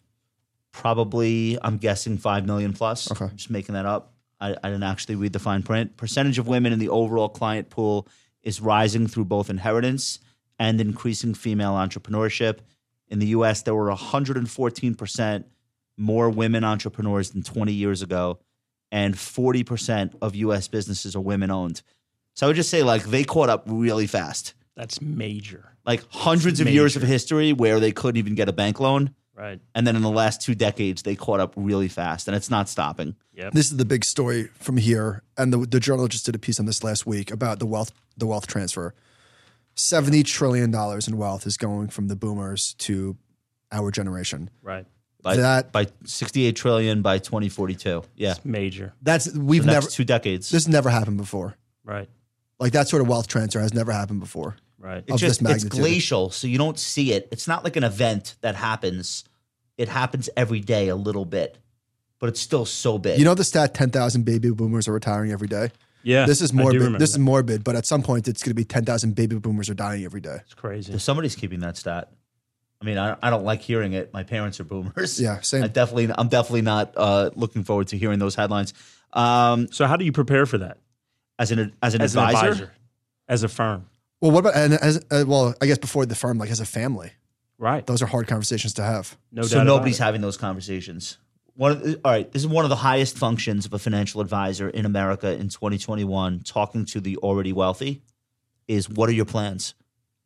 Probably, I'm guessing five million plus. Okay. I'm just making that up. I, I didn't actually read the fine print. Percentage of women in the overall client pool is rising through both inheritance and increasing female entrepreneurship. In the U.S., there were 114 percent more women entrepreneurs than 20 years ago, and 40 percent of U.S. businesses are women owned. So I would just say like they caught up really fast. That's major, Like hundreds of years of Major. history where they couldn't even get a bank loan. right? And then in the last two decades, they caught up really fast, and it's not stopping. Yep. This is the big story from here, and the the journal just did a piece on this last week about the wealth the wealth transfer. Seventy trillion dollars in wealth is going from the boomers to our generation. Right. By, That- by 68 trillion by 2042. Yeah. It's major. That's The we've next never two decades. this never happened before. Right. Like that sort of wealth transfer has never happened before. Right. Of It's this just it's magnitude. glacial, so you don't see it. It's not like an event that happens. It happens every day a little bit, but it's still so big. You know the stat: ten thousand baby boomers are retiring every day. [laughs] Yeah. This is I do morbid. remember This is that. morbid, but at some point, it's going to be ten thousand baby boomers are dying every day. It's crazy. If somebody's keeping that stat. I mean, I, I don't like hearing it. My parents are boomers. Yeah, [laughs] same. I definitely, I'm definitely not uh, looking forward to hearing those headlines. Um, So how do you prepare for that as an as an, as advisor, an advisor, as a firm? Well, what about and as uh, well? I guess before the firm, like as a family, Right. those are hard conversations to have. No doubt. so about nobody's it. having those conversations. One of the, all right, this is one of the highest functions of a financial advisor in America in 2021. Talking to the already wealthy is what are your plans?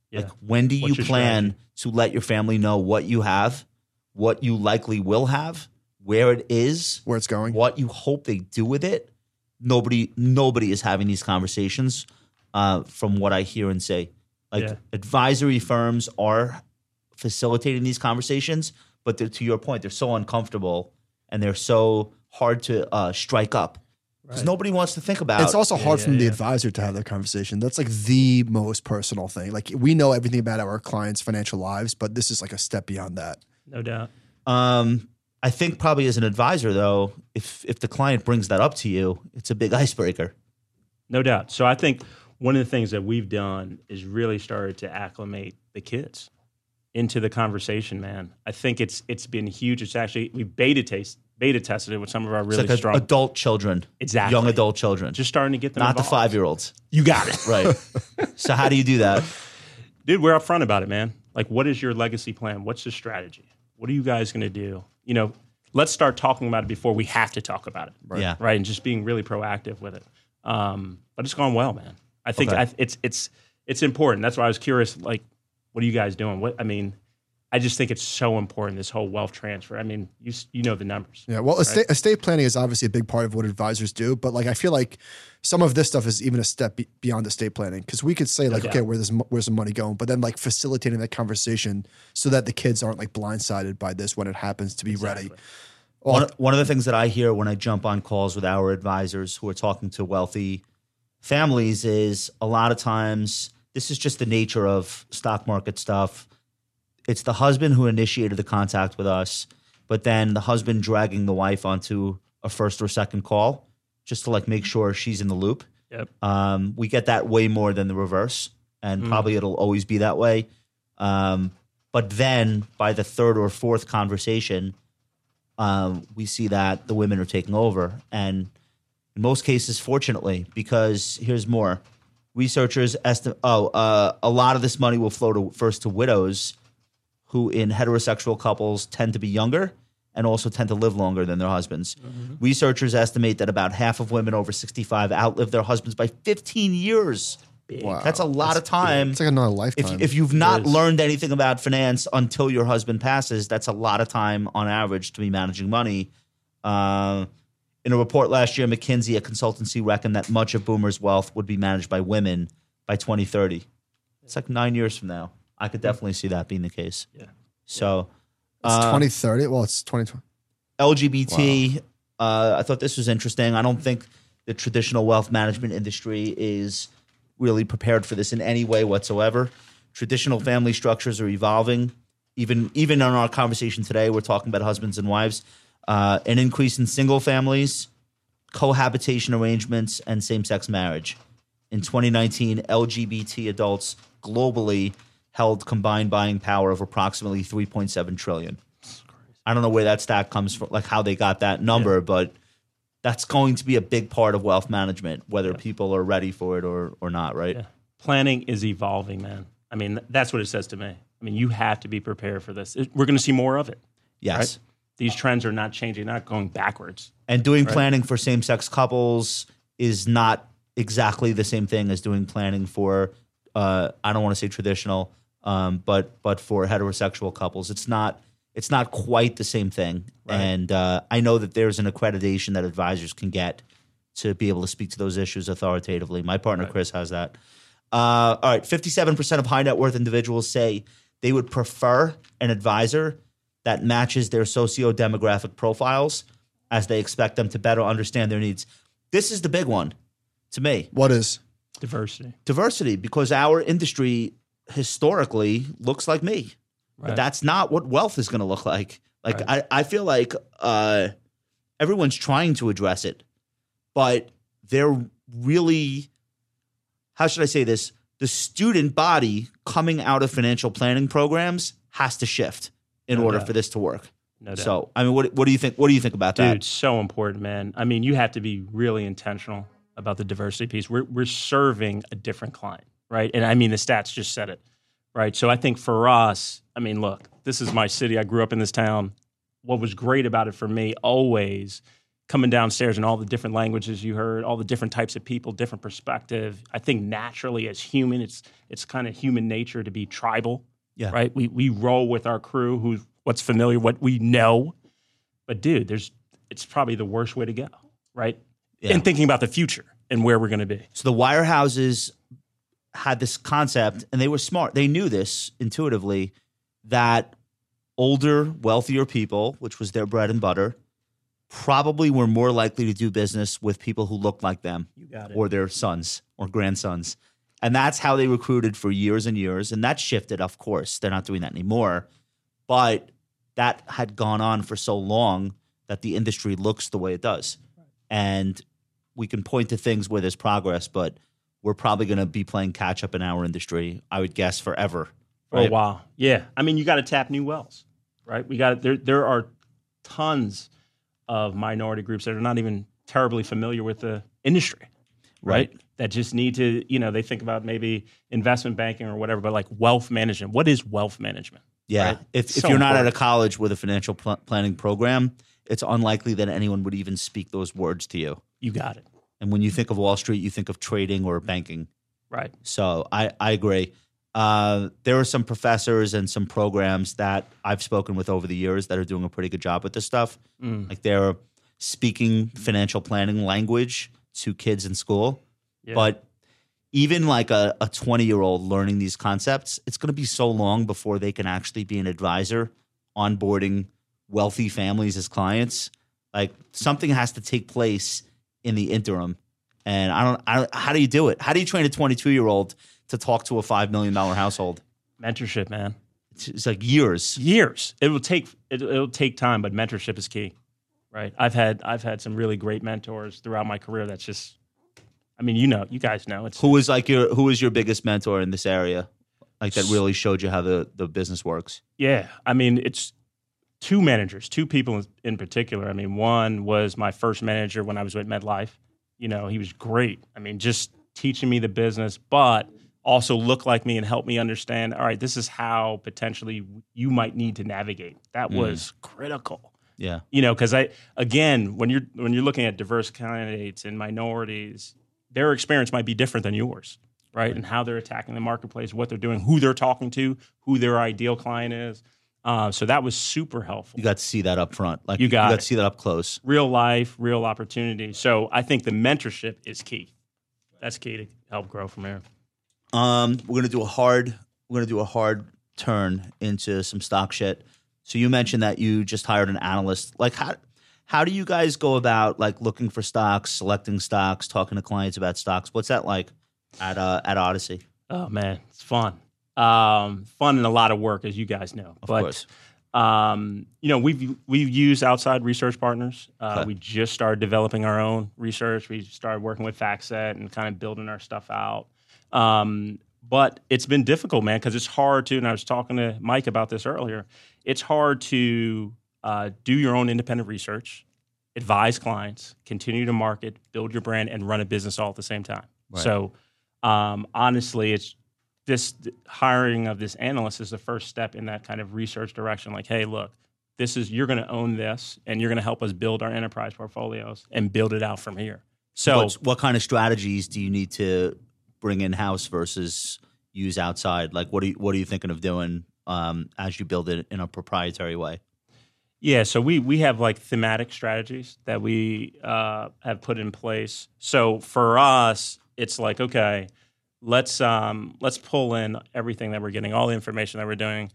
Yeah. Like when do What's you your plan to let your family know what you have, what you likely will have, where it is, Where it's going? what you hope they do with it. Nobody, nobody is having these conversations, uh, from what I hear and say. Like Yeah. advisory firms are facilitating these conversations, but they're, to your point, they're so uncomfortable and they're so hard to uh, strike up because Right. nobody wants to think about. It's also Yeah, hard yeah, from the yeah. advisor to have that conversation. That's like the most personal thing. Like we know everything about our clients' financial lives, but this is like a step beyond that. no doubt. Um, I think probably as an advisor though, if if the client brings that up to you, it's a big icebreaker. No doubt. So I think one of the things that we've done is really started to acclimate the kids into the conversation, man. I think it's it's been huge. It's actually we beta taste beta tested it with some of our really it's like a- strong adult children, Exactly. young adult children, just starting to get them not the involved. five year olds. You got it. Right. [laughs] so how do you do that? Dude, we're upfront about it, man. Like what is your legacy plan? What's the strategy? What are you guys gonna do? You know, let's start talking about it before we have to talk about it. Yeah. right? And just being really proactive with it. Um, but it's gone well, man. I think Okay. I, it's it's it's important. That's why I was curious. Like, what are you guys doing? What I mean, I just think it's so important. This whole wealth transfer. I mean, you s- you know the numbers. Yeah. Well, estate, estate planning is obviously a big part of what advisors do, but like I feel like some of this stuff is even a step be- beyond estate planning because we could say like, doubt. okay, where this mo- where's the money going, but then like facilitating that conversation so that the kids aren't like blindsided by this when it happens to be ready. Well, One, one of the things that I hear when I jump on calls with our advisors who are talking to wealthy families is a lot of times this is just the nature of stock market stuff. It's the husband who initiated the contact with us, but then the husband dragging the wife onto a first or second call just to like make sure she's in the loop. Yep. Um, we get that way more than the reverse, and probably it'll always be that way. Um, but then by the third or fourth conversation, um, we see that the women are taking over. And in most cases, fortunately, because here's more researchers estimate oh, uh, a lot of this money will flow to first to widows who in heterosexual couples tend to be younger and also tend to live longer than their husbands. Researchers estimate that about half of women over 65 outlive their husbands by 15 years. Wow. That's a lot of time. it's like another lifetime. If, if you've not is. learned anything about finance until your husband passes, that's a lot of time on average to be managing money. Uh, in a report last year, McKinsey, a consultancy, reckoned that much of boomers' wealth would be managed by women by 2030. It's like nine years from now. I could definitely see that being the case. Yeah. So it's uh, 2030. Well, it's 2020. LGBT. Uh, I thought this was interesting. I don't think the traditional wealth management industry is really prepared for this in any way whatsoever. Traditional family structures are evolving. Even even on our conversation today, we're talking about husbands and wives. Uh, an increase in single families, cohabitation arrangements, and same sex marriage. In 2019, LGBT adults globally held combined buying power of approximately 3.7 trillion. I don't know where that stat comes from, like how they got that number, but that's going to be a big part of wealth management, whether people are ready for it or or not, right? Yeah. Planning is evolving, man. I mean, th- that's what it says to me. I mean, you have to be prepared for this. It- we're going to see more of it. Yes. Right? These trends are not changing, not going backwards. And doing planning for same sex couples is not exactly the same thing as doing planning for uh, I don't want to say traditional, um, but but for heterosexual couples. It's not it's not quite the same thing. And uh, I know that there's an accreditation that advisors can get to be able to speak to those issues authoritatively. My partner Chris has that. Uh, all right, 57% of high net worth individuals say they would prefer an advisor that matches their socio demographic profiles as they expect them to better understand their needs. This is the big one to me. What is? diversity. diversity because our industry historically looks like me. But Right. that's not what wealth is going to look like. Like Right. I, I feel like uh, everyone's trying to address it, but they're really how should I say this? The student body coming out of financial planning programs has to shift in No order doubt. for this to work. No doubt. So I mean, what what do you think? What do you think about Dude, that? so important, man. I mean, you have to be really intentional about the diversity piece. We're we're serving a different client, right? And I mean, the stats just said it, right? So I think for us, I mean, look, this is my city. I grew up in this town. What was great about it for me always coming downstairs and all the different languages you heard, all the different types of people, different perspective. I think naturally as human, it's it's kind of human nature to be tribal, Yeah. right? We we roll with our crew, who's what's familiar, what we know. But dude, there's it's probably the worst way to go, right? Yeah. And thinking about the future and where we're going to be. So the wirehouses had this concept, and they were smart. They knew this intuitively that older, wealthier people, which was their bread and butter, probably were more likely to do business with people who looked like them You got or their sons or grandsons. And that's how they recruited for years and years. And that shifted, of course. They're not doing that anymore. But that had gone on for so long that the industry looks the way it does. And we can point to things where there's progress, but we're probably going to be playing catch up in our industry, I would guess, forever. for Right. a while. Yeah, I mean, you got to tap new wells, right? We got there. There are tons of minority groups that are not even terribly familiar with the industry, right? That just need to, you know, they think about maybe investment banking or whatever, but like wealth management. What is wealth management? Yeah. Right. If, if So you're not at important. a college with a financial pl- planning program, it's unlikely that anyone would even speak those words to you. You got it, And when you think of Wall Street, you think of trading or banking. right? So I, I agree. Uh, there are some professors and some programs that I've spoken with over the years that are doing a pretty good job with this stuff. Mm, Like they're speaking financial planning language to kids in school. yeah. But even like a, a 20 year old learning these concepts, it's going to be so long before they can actually be an advisor onboarding wealthy families as clients. Like something has to take place in the interim. And I don't, I don't how do you do it? How do you train a 22 year old to talk to a $5 million household? mentorship, man. It's, it's like years. years. It will take it, it'll take time, but mentorship is key, right? I've had I've had some really great mentors throughout my career. That's just, I mean, you know, you guys know it's Who was like your, who was your biggest mentor in this area? Like that really showed you how the, the business works. yeah. I mean, it's two managers, two people in, in particular. I mean, one was my first manager when I was with MedLife. You know, he was great. I mean, just teaching me the business, but also look like me and help me understand. All right, this is how potentially you might need to navigate. That Mm. was critical. Yeah. you know because i again when you're when you're looking at diverse candidates and minorities their experience might be different than yours right and how they're attacking the marketplace what they're doing who they're talking to who their ideal client is uh, so that was super helpful You got to see that up front. Like You got you it. got to see that up close. real life real opportunity so i think the mentorship is key that's key to help grow from there Um, we're gonna do a hard we're gonna do a hard turn into some stock shit. So you mentioned that you just hired an analyst. Like how how do you guys go about like looking for stocks, selecting stocks, talking to clients about stocks? What's that like at uh, at Odyssey? oh man it's fun um, fun and a lot of work as you guys know Of but course. Um, you know, we've we've used outside research partners. Uh, Okay. We just started developing our own research. We started working with FactSet and kind of building our stuff out. Um, but it's been difficult, man, because it's hard to. And I was talking to Mike about this earlier. It's hard to uh, do your own independent research, advise clients, continue to market, build your brand, and run a business all at the same time. Right. So, um, honestly, it's this th- hiring of this analyst is the first step in that kind of research direction. Like, hey, look, this is you're going to own this, and you're going to help us build our enterprise portfolios and build it out from here. So, What's- what kind of strategies do you need to bring in house versus use outside? Like what are you what are you thinking of doing um, as you build it in a proprietary way? Yeah, so we we have like thematic strategies that we uh, have put in place. So for us, it's like okay, let's um, let's pull in everything that we're getting, all the information that we're doing,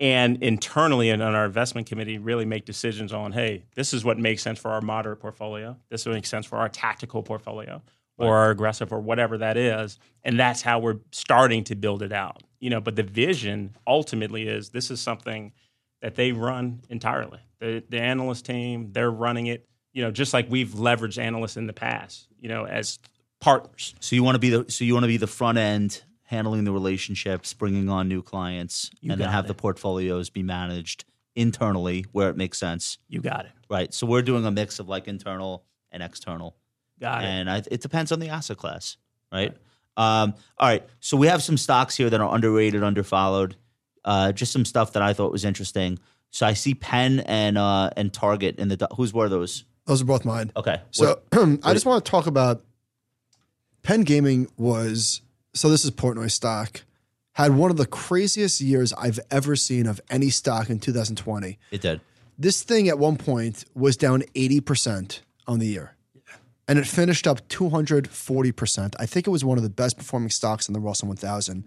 and internally and on our investment committee, really make decisions on hey, this is what makes sense for our moderate portfolio. This is what makes sense for our tactical portfolio. or are aggressive or whatever that is. And that's how we're starting to build it out. You know, but the vision ultimately is this is something that they run entirely. The, the analyst team, they're running it, you know, just like we've leveraged analysts in the past, you know, as partners. So you want to be the so you want to be the front end handling the relationships, bringing on new clients, You and then got have it. the portfolios be managed internally where it makes sense. You got it. Right. So we're doing a mix of like internal and external, Got it. and I, it depends on the asset class. Right. Um, all right. So we have some stocks here that are underrated, underfollowed. Uh, just some stuff that I thought was interesting. So I see Penn and uh, and Target in the do- whose were those? Those are both mine. Okay. So [clears throat] I what- just want to talk about Penn Gaming was so this is Portnoy stock had one of the craziest years I've ever seen of any stock in 2020. it did. This thing at one point was down 80% on the year. And it finished up 240%. I think it was one of the best performing stocks in the Russell 1000.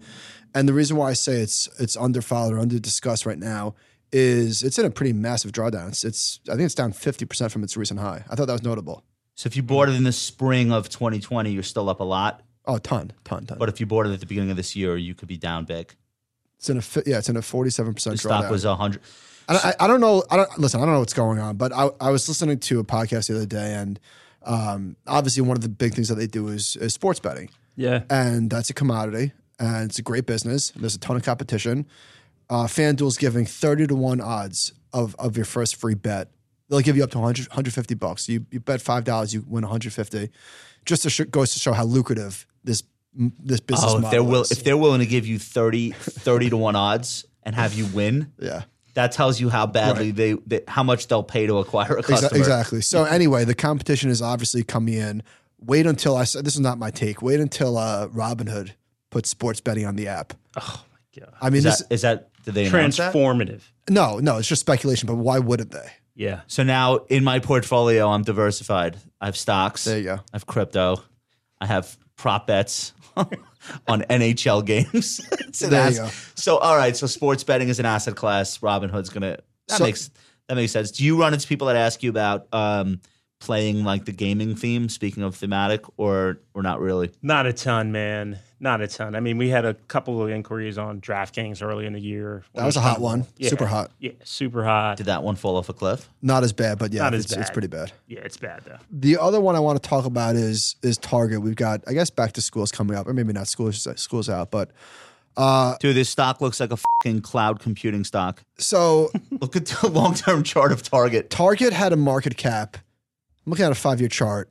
And the reason why I say it's it's underfollowed or underdiscussed right now is it's in a pretty massive drawdown. It's, it's I think it's down 50% from its recent high. I thought that was notable. So if you bought it in the spring of 2020, you're still up a lot. Oh, ton, ton, ton. But if you bought it at the beginning of this year, you could be down big. it's in a fi- yeah, it's in a forty-seven The percent stock drawdown. was a hundred. And I, I don't know. I don't listen. I don't know what's going on, but I, I was listening to a podcast the other day, and um, obviously one of the big things that they do is, is sports betting, yeah. and that's a commodity, and it's a great business. There's a ton of competition. Uh, FanDuel's giving thirty to one odds of of your first free bet. They'll give you up to 100, 150 bucks. You you bet five dollars, you win one hundred fifty. Just to sh- goes to show how lucrative this this business Oh, if model they're will is. if they're willing to give you 30, 30 to one odds and have you win, yeah. that tells you how badly they, they how much they'll pay to acquire a Exa- customer. Exactly. So anyway, the competition is obviously coming in. Wait until I said this is not my take. Wait until uh, Robinhood puts sports betting on the app. Oh my god. I mean, Is this, that, is that did they announce that? Transformative. no, no, it's just speculation. But why wouldn't they? Yeah. So now in my portfolio, I'm diversified. I have stocks. There you go. I have crypto. I have prop bets [laughs] on NHL games. [laughs] It's an There ass- you go. So all right, so sports betting is an asset class. Robinhood's gonna that So- makes that makes sense. Do you run into people that ask you about um, playing like the gaming theme? Speaking of thematic, or or not really? Not a ton, man. Not a ton. I mean, we had a couple of inquiries on DraftKings early in the year. That was a hot one. Yeah. Super hot. Yeah, super hot. Did that one fall off a cliff? Not as bad, but yeah, Not as it's, it's bad. pretty bad. Yeah, it's bad though. The other one I want to talk about is is Target. We've got, I guess, back to school is coming up, or maybe not school is- school's out, but uh, Dude, this stock looks like a fucking cloud computing stock. so Look at the [laughs] long term chart of Target. Target had a market cap. I'm looking at a five year chart.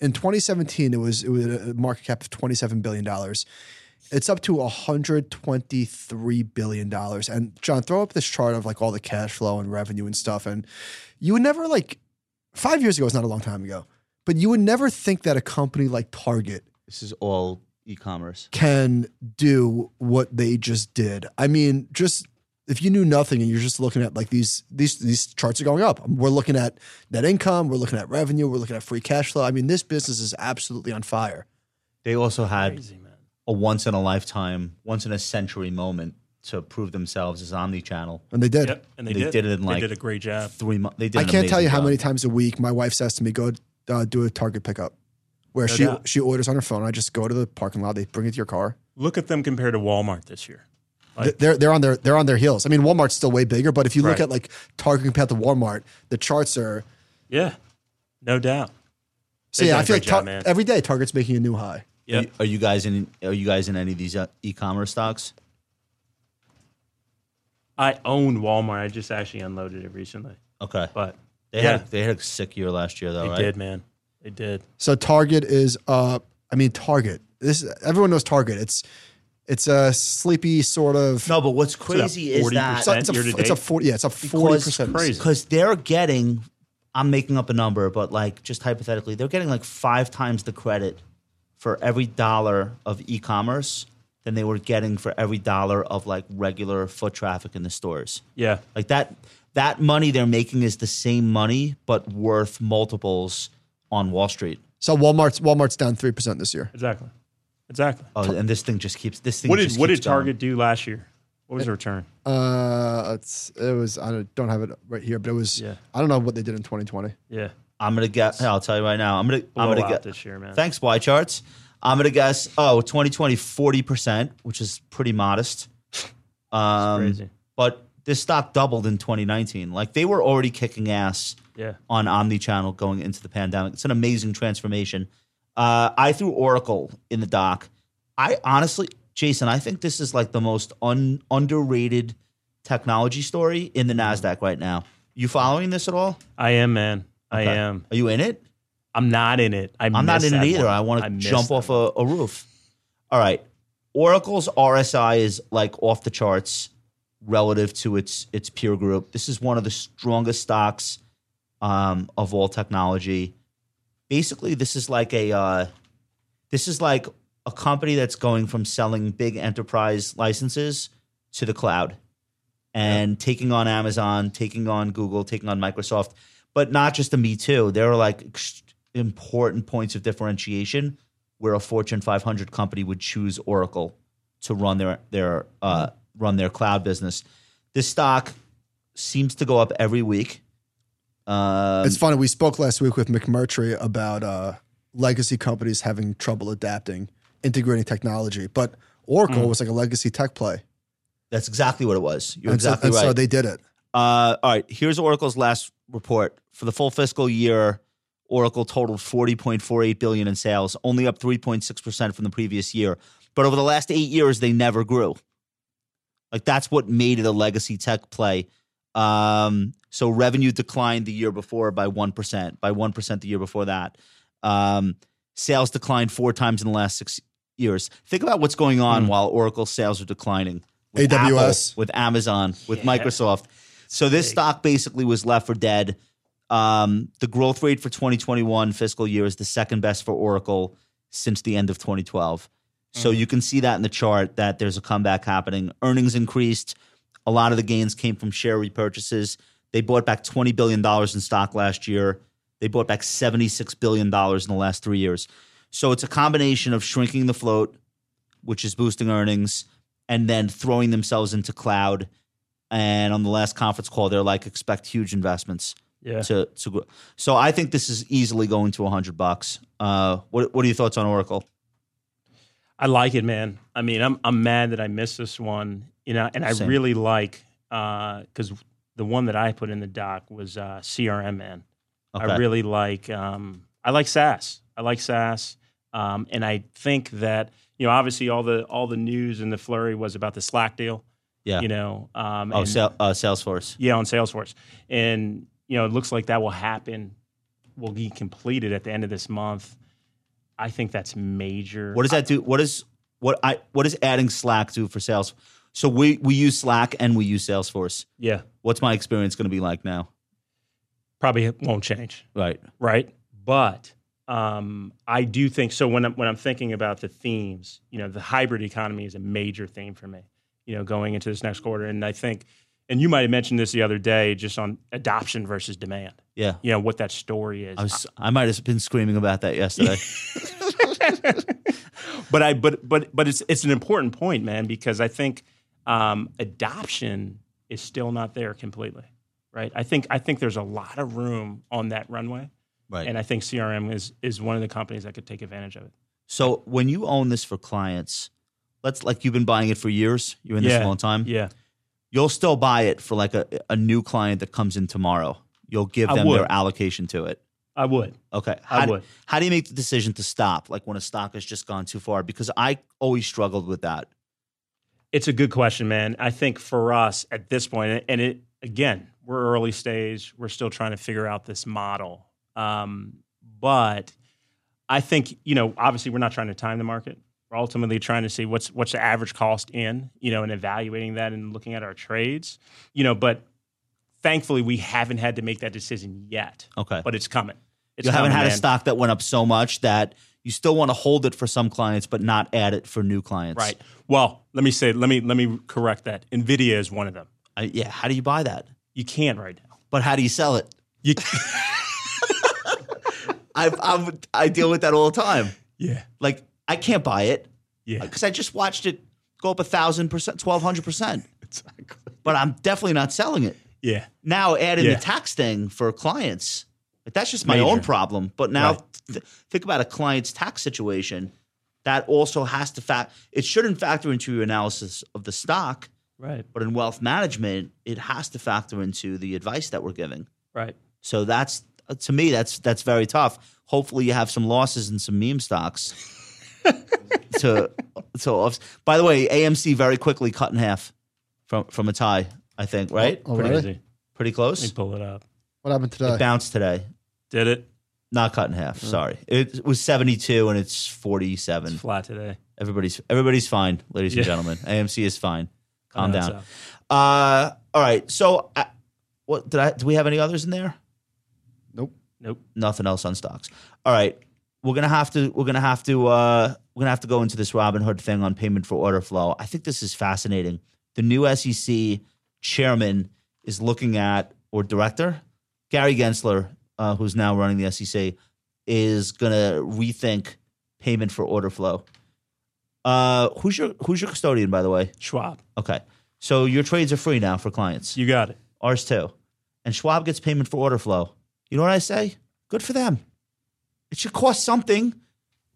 In 2017, it was it was a market cap of 27 billion dollars. It's up to 123 billion dollars. And John, throw up this chart of like all the cash flow and revenue and stuff. And you would never like five years ago is not a long time ago, but you would never think that a company like Target This is all e-commerce. can do what they just did. I mean, just if you knew nothing and you're just looking at like these these these charts are going up. We're looking at net income, we're looking at revenue, we're looking at free cash flow. I mean, this business is absolutely on fire. They also had Crazy man. a once in a lifetime, once in a century moment to prove themselves as omni-channel. And they did. Yep, and they, They did. did it in, they like, did a great job. Three months. They did. I an can't tell amazing you how job. many times a week my wife says to me, "Go uh, do a Target pickup," where she doubt. she orders on her phone. I just go to the parking lot, they bring it to your car. Look at them compared to Walmart this year. Like- they're they're on their they're on their heels. I mean, Walmart's still way bigger, but if you look Right. at like Target compared to Walmart, the charts are. Yeah, no doubt. So They've yeah, done I a feel great like job, Tar- man. every day Target's making a new high. Are you- Are you guys in? Are you guys in any of these uh, e-commerce stocks? I own Walmart. I just actually unloaded it recently, Okay, but they yeah, had they had a sick year last year though, they right? did, man. They did. So Target is uh I mean Target. This everyone knows Target. It's it's a sleepy sort of No, but what's crazy is 40%? that it's, a, it's, a, year to it's a date? 40 yeah, it's a 40%. crazy. because they're getting. I'm making up a number, but like just hypothetically, they're getting like five times the credit for every dollar of e-commerce than they were getting for every dollar of like regular foot traffic in the stores. Yeah, Like that that money they're making is the same money but worth multiples on Wall Street. So Walmart's Walmart's down 3% this year. exactly, exactly. Oh, and this thing just keeps this thing. what did just what keeps did Target do last year? What was the return? Uh it's it was I don't, don't have it right here, but it was Yeah. I don't know what they did in 2020. Yeah, going. I'm gonna guess. I'll tell you right now. I'm gonna. I'm gonna blowout guess. this year, man. Thanks, Y charts. I'm gonna guess. Oh, 2020, 40 percent, which is pretty modest. Um, crazy. But this stock doubled in 2019. Like they were already kicking ass Yeah. on omnichannel going into the pandemic. It's an amazing transformation. Uh, I threw Oracle in the dock. I honestly, Jason, I think this is like the most un- underrated technology story in the Nasdaq right now. You following this at all? I am, man. I Okay. am. Are you in it? I'm not in it. I I'm not missed in it that either. one. I want to missed jump that off one. a, a roof. All right. Oracle's RSI is like off the charts relative to its its peer group. This is one of the strongest stocks um, of all technology. Basically, this is like a uh, this is like a company that's going from selling big enterprise licenses to the cloud and taking on Amazon, taking on Google, taking on Microsoft, but not just a Me Too. There are like ex- important points of differentiation where a Fortune 500 company would choose Oracle to run their their uh, run their cloud business. This stock seems to go up every week. Um, it's funny. We spoke last week with McMurtry about uh, legacy companies having trouble adapting, integrating technology. But Oracle Mm. was like a legacy tech play. that's exactly what it was. You're and so- exactly and so, right. they did it. Uh, all right, here's Oracle's last report for the full fiscal year. Oracle totaled 40.48 billion in sales, only up 3.6% from the previous year. But over the last 8 years they never grew. Like that's what made it a legacy tech play. Um, so revenue declined the year before by 1%, by 1% the year before that. Um, sales declined 4 times in the last 6 years. Think about what's going on while Oracle sales are declining. With AWS. Apple, with Amazon, with Microsoft. So this stock basically was left for dead. Um, the growth rate for 2021 fiscal year is the second best for Oracle since the end of 2012. So you can see that in the chart that there's a comeback happening. Earnings increased. A lot of the gains came from share repurchases. They bought back $20 billion in stock last year. They bought back $76 billion in the last three years. So it's a combination of shrinking the float, which is boosting earnings, and then throwing themselves into cloud. And on the last conference call, they're like, expect huge investments Yeah. to to grow. So I think this is easily going to hundred bucks. Uh, what what are your thoughts on Oracle? I like it, man. I mean, I'm I'm mad that I missed this one, you know, and I Same. really like because the one that I put in the doc was uh, CRM, man. I really like um, I like SaaS. I like SaaS, um, and I think that you know, obviously, all the all the news and the flurry was about the Slack deal. Yeah. You know. Um, oh, and- Sa- uh, Salesforce. yeah, on Salesforce. And you know, it looks like that will happen. Will be completed at the end of this month. I think that's major. What does that do? What is what I what is adding Slack do for sales? So we we use Slack and we use Salesforce. Yeah, What's my experience going to be like now? probably won't change, Right. right? But um, I do think so. When I'm, when I'm thinking about the themes, you know, the hybrid economy is a major theme for me. You know, going into this next quarter, and I think, and you might have mentioned this the other day, just on adoption versus demand. Yeah. You know what that story is. I was I might have been screaming about that [laughs] yesterday. but I but but but it's it's an important point, man, because I think um, adoption is still not there completely, right? I think I think there's a lot of room on that runway, right. and I think CRM is is one of the companies that could take advantage of it. so when you own this for clients, let's like you've been buying it for years. You're in this Yeah. a long time. Yeah, You'll still buy it for like a, a new client that comes in tomorrow. You'll give I them would. their allocation to it. I would. Okay. How I do, would. How do you make the decision to stop, like when a stock has just gone too far? Because I always struggled with that. It's a good question, man. I think for us at this point, and it again, we're early stage. We're still trying to figure out this model. Um, but I think you know, obviously, we're not trying to time the market. We're ultimately trying to see what's what's the average cost in, you know, and evaluating that and looking at our trades, you know. But thankfully, we haven't had to make that decision yet. Okay. But it's coming. It's you haven't coming, had a man. stock that went up so much that you still want to hold it for some clients, but not add it for new clients. right? Well, let me say, let me let me correct that. Nvidia is one of them. I, yeah. How do you buy that? You can't right now. But how do you sell it? You [laughs] I I'm, I deal with that all the time. yeah. Like I can't buy it Yeah. because I just watched it go up a thousand percent, twelve hundred percent. Exactly. But I'm definitely not selling it Yeah. now. Adding Yeah. the tax thing for clients, Like that's just my Major. own problem. But now Right. th- think about a client's tax situation. That also has to fact. It shouldn't factor into your analysis of the stock, Right. but in wealth management, it has to factor into the advice that we're giving. Right. So that's uh, to me, that's that's very tough. Hopefully, you have some losses in some meme [laughs] stocks. to to offs- By the way, AMC very quickly cut in half from from a tie. I think right, Oh, Pretty really? easy. pretty Let close. me pull it uh, up. What happened today? It bounced today. Did it? Not cut in half. Sorry, it was seventy two and it's forty uh, It's seven. flat today. Everybody's everybody's fine, ladies and Yeah. gentlemen. AMC is fine. Calm That's down. up. Uh, all right. So, uh, what did I? Do we have any others in there? Nope. Nope. nothing else on stocks. All right, we're gonna have to we're gonna have to uh, we're gonna have to go into this Robinhood thing on payment for order flow. I think this is fascinating. The new SEC chairman is looking at or director Gary Gensler, uh, who's now running the SEC, is gonna rethink payment for order flow. Uh, who's your who's your custodian by the way? Schwab. Okay, so your trades are free now for clients. You got it. Ours too. And Schwab gets payment for order flow. You know what I say? Good for them. It should cost something.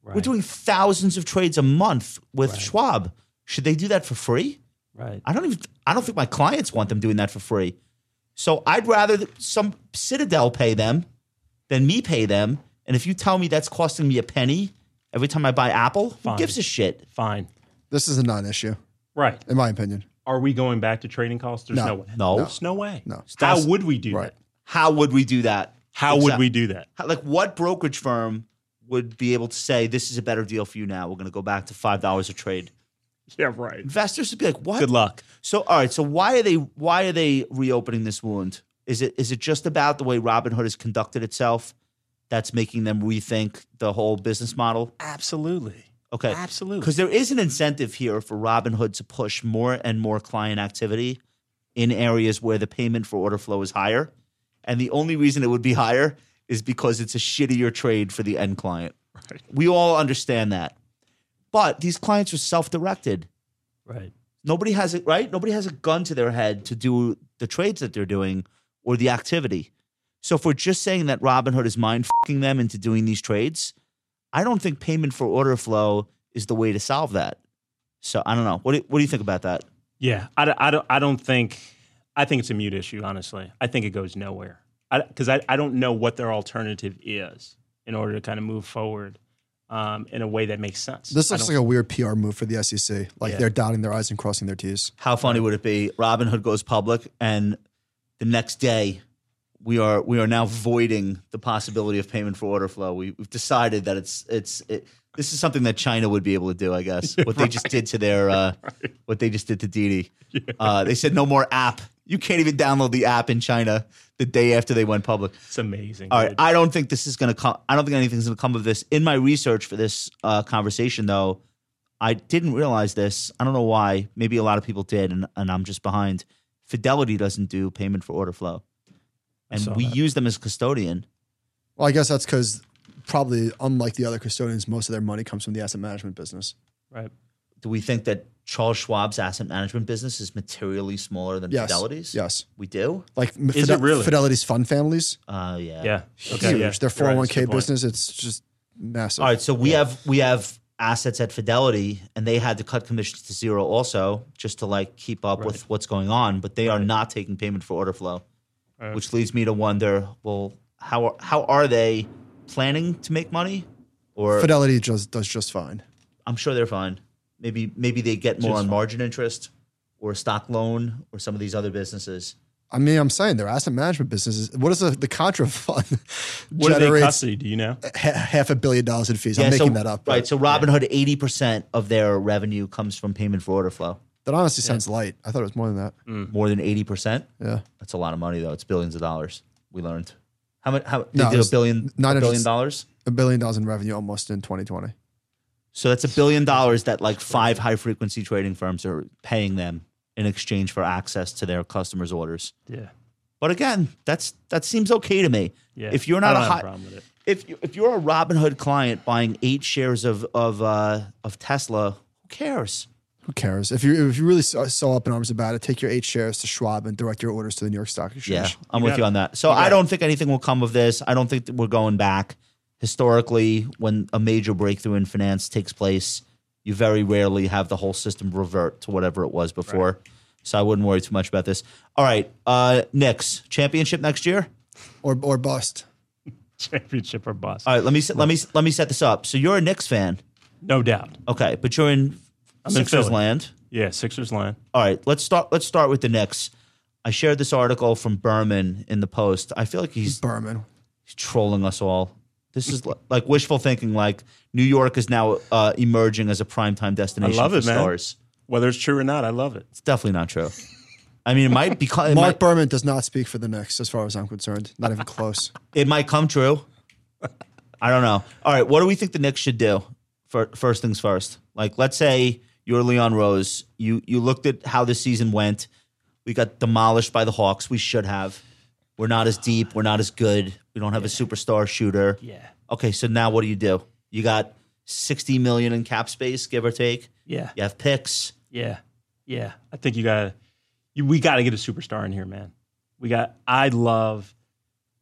We're Right. doing thousands of trades a month with Right. Schwab. Should they do that for free? Right. I don't even I don't think my clients want them doing that for free. So I'd rather th- some Citadel pay them than me pay them. And if you tell me that's costing me a penny every time I buy Apple, Fine. who gives a shit? Fine. This is a non-issue, Right. in my opinion. Are we going back to trading costs? There's No. no, way. No. There's no way. No. How That's- would we do Right. that? How would we do that? How would Exact- we do that? How- like what brokerage firm would be able to say this is a better deal for you now we're going to go back to five dollars a trade Yeah, right. investors would be like what Good luck. so all right so why are they why are they reopening this wound is it is it just about the way robinhood has conducted itself that's making them rethink the whole business model Absolutely. okay Absolutely. because there is an incentive here for robinhood to push more and more client activity in areas where the payment for order flow is higher and the only reason it would be higher is because it's a shittier trade for the end client Right. we all understand that but these clients are self-directed Right. nobody has it right nobody has a gun to their head to do the trades that they're doing or the activity so if we're just saying that robinhood is mind fucking them into doing these trades i don't think payment for order flow is the way to solve that so i don't know what do, what do you think about that Yeah, I, don't- I, don't, I don't think I think it's a mute issue. Honestly, I think it goes nowhere because I, I, don't know what their alternative is in order to kind of move forward um, in a way that makes sense. This I looks don't- like a weird PR move for the SEC. Like Yeah. they're dotting their I's and crossing their T's. how funny would it be robinhood goes public and the next day we are we are now voiding the possibility of payment for order flow we, we've decided that it's it's it, this is something that china would be able to do i guess what they just did to their uh, what they just did to Didi. Uh, they said no more app you can't even download the app in china the day after they went public it's amazing. all right, dude. I don't think this is going to come. I don't think anything's going to come of this. In my research for this uh, conversation, though, I didn't realize this. I don't know why. Maybe a lot of people did, and, and I'm just behind. Fidelity doesn't do payment for order flow, and saw we that. use them as custodian. Well, I guess that's because probably unlike the other custodians, most of their money comes from the asset management business. right. Do we think that Charles Schwab's asset management business is materially smaller than Yes. Fidelity's? Yes. we do. Like Is it really? Fidelity's fund families, Uh, yeah, Yeah. huge. yeah. Their You're oh right. That's a 401k good point. business, it's just massive. All right, so we have we have assets at Fidelity, and they had to cut commissions to zero also, just to like keep up with what's going on. But they are not taking payment for order flow, Right. which leads me to wonder: Well, how are, how are they planning to make money? Or Fidelity just does just fine. I'm sure they're fine. Maybe maybe they get more on margin interest or stock loan or some of these other businesses. I mean, I'm saying their asset management business is what is the, the contra fund [laughs] What are they generates custody? Do you know? ha- half a billion dollars in fees. I'm Yeah, so- making that up. but right? So Robinhood, eighty percent of their revenue comes from payment for order flow. That honestly sounds light. I thought it was more than that. More than eighty percent. Yeah. That's a lot of money, though. It's billions of dollars. We learned how much. How they No, did a it's billion, nine a hundred- billion dollars. A billion dollars in revenue almost in 2020. So that's a billion dollars that like five high frequency trading firms are paying them in exchange for access to their customers' orders. Yeah. But again, that's that seems okay to me. Yeah. If you're I not a don't have high, problem with it. [laughs] if you, if you're a Robinhood client buying eight shares of of uh, of Tesla, who cares? Who cares? If you if you really so, so up in arms about it, take your eight shares to Schwab and direct your orders to the New York Stock Exchange. Yeah, I'm with got you it. on that. So I don't think anything will come of this. I don't think that we're going back. Historically, when a major breakthrough in finance takes place, you very rarely have the whole system revert to whatever it was before. So I wouldn't worry too much about this. All right, uh, Knicks championship next year. Or or bust. Championship or bust. All right, let me se- let me let me set this up. So you're a Knicks fan, no doubt. okay? But you're in I'm in Sixers Philly. land. Yeah, Sixers line. All right, let's start. Let's start with the Knicks. I shared this article from Berman in the Post. I feel like he's Berman. trolling us all. This is li- like wishful thinking. Like New York is now uh, emerging as a primetime destination I love for it, man. stars. Whether it's true or not, I love it. It's definitely not true. I mean, it might be. It, Mark might, Berman does not speak for the Knicks, as far as I'm concerned. Not [laughs] even close. it might come true. I don't know. All right, what do we think the Knicks should do? For, first things first. Like, let's say you're Leon Rose. You you looked at how the season went. We got demolished by the Hawks. We should have. We're not as deep. We're not as good. We don't have a superstar shooter. Yeah. Okay, so now what do you do? You got 60 million in cap space, give or take. Yeah. You have picks. Yeah. Yeah. I think you gotta you, we gotta get a superstar in here, man. We got I love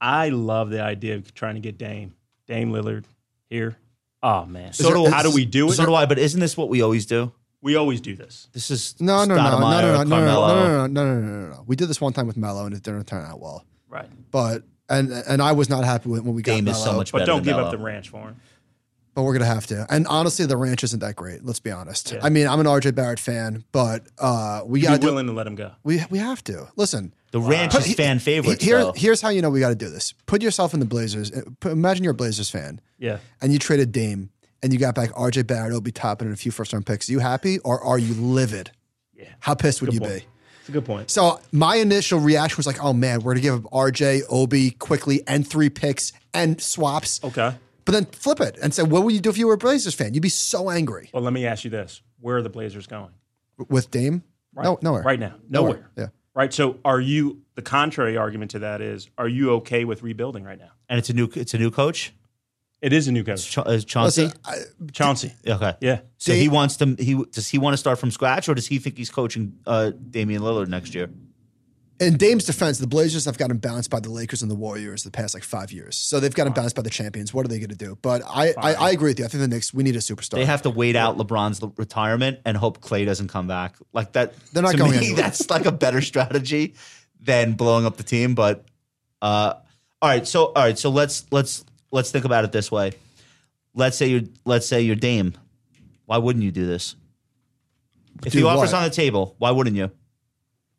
I love the idea of trying to get Dame. Dame Lillard here. Oh man. So there- do how do we do it? So do I, but isn't this what we always do? we always do this. This is No, no, no, no, no, no, no, Stoudemire, no, Carmelo. no, no, no, no, no, no, no, no. We did this one time with Mello, and it didn't turn out well. Right. But and and I was not happy with when we got Dame is Mello. so much But better don't than give Melo. up the ranch for him. but we're gonna have to. And honestly, the ranch isn't that great. Let's be honest. Yeah. I mean, I'm an RJ Barrett fan, but uh, we Be gotta do, willing to let him go. we we have to listen. The ranch But is he- fan favorite. Here, though. here's how you know we got to do this. Put yourself in the Blazers. uh, put- Imagine you're a Blazers fan, Yeah. and you traded Dame, and you got back RJ Barrett, Obi Toppin, and a few first round picks. you happy or are you livid? Yeah. How pissed would you point. be? It's a good point. So my initial reaction was like, "Oh man, we're gonna give up RJ, Obi quickly, and three picks and swaps." Okay. But then flip it and say, "What would you do if you were a Blazers fan? You'd be so angry Well, let me ask you this. Where are the Blazers going? with Dame." No, nowhere. Right now. Nowhere. Yeah. Right. So are you the contrary argument to that is are you okay with rebuilding right now? and it's a new it's a new coach, It is a new coach. Cha- uh, Chauncey. Listen, I, Chauncey. okay. Yeah. So Dame- he wants to. He does he want to start from scratch, or does he think he's coaching uh, Damian Lillard next year? in Dame's defense, the Blazers have gotten bounced by the Lakers and the Warriors the past like five years, so they've gotten bounced by the champions. What are they going to do? But I, I, I agree with you. I think the Knicks we need a superstar. They have to wait out LeBron's l- retirement and hope Clay doesn't come back. Like that. They're not to going me, anywhere. That's like a better strategy than blowing up the team. But uh, all right, so all right, so let's let's let's think about it this way. Let's say you're let's say you're Dame. Why wouldn't you do this? If Do the offer's what? on the table, why wouldn't you?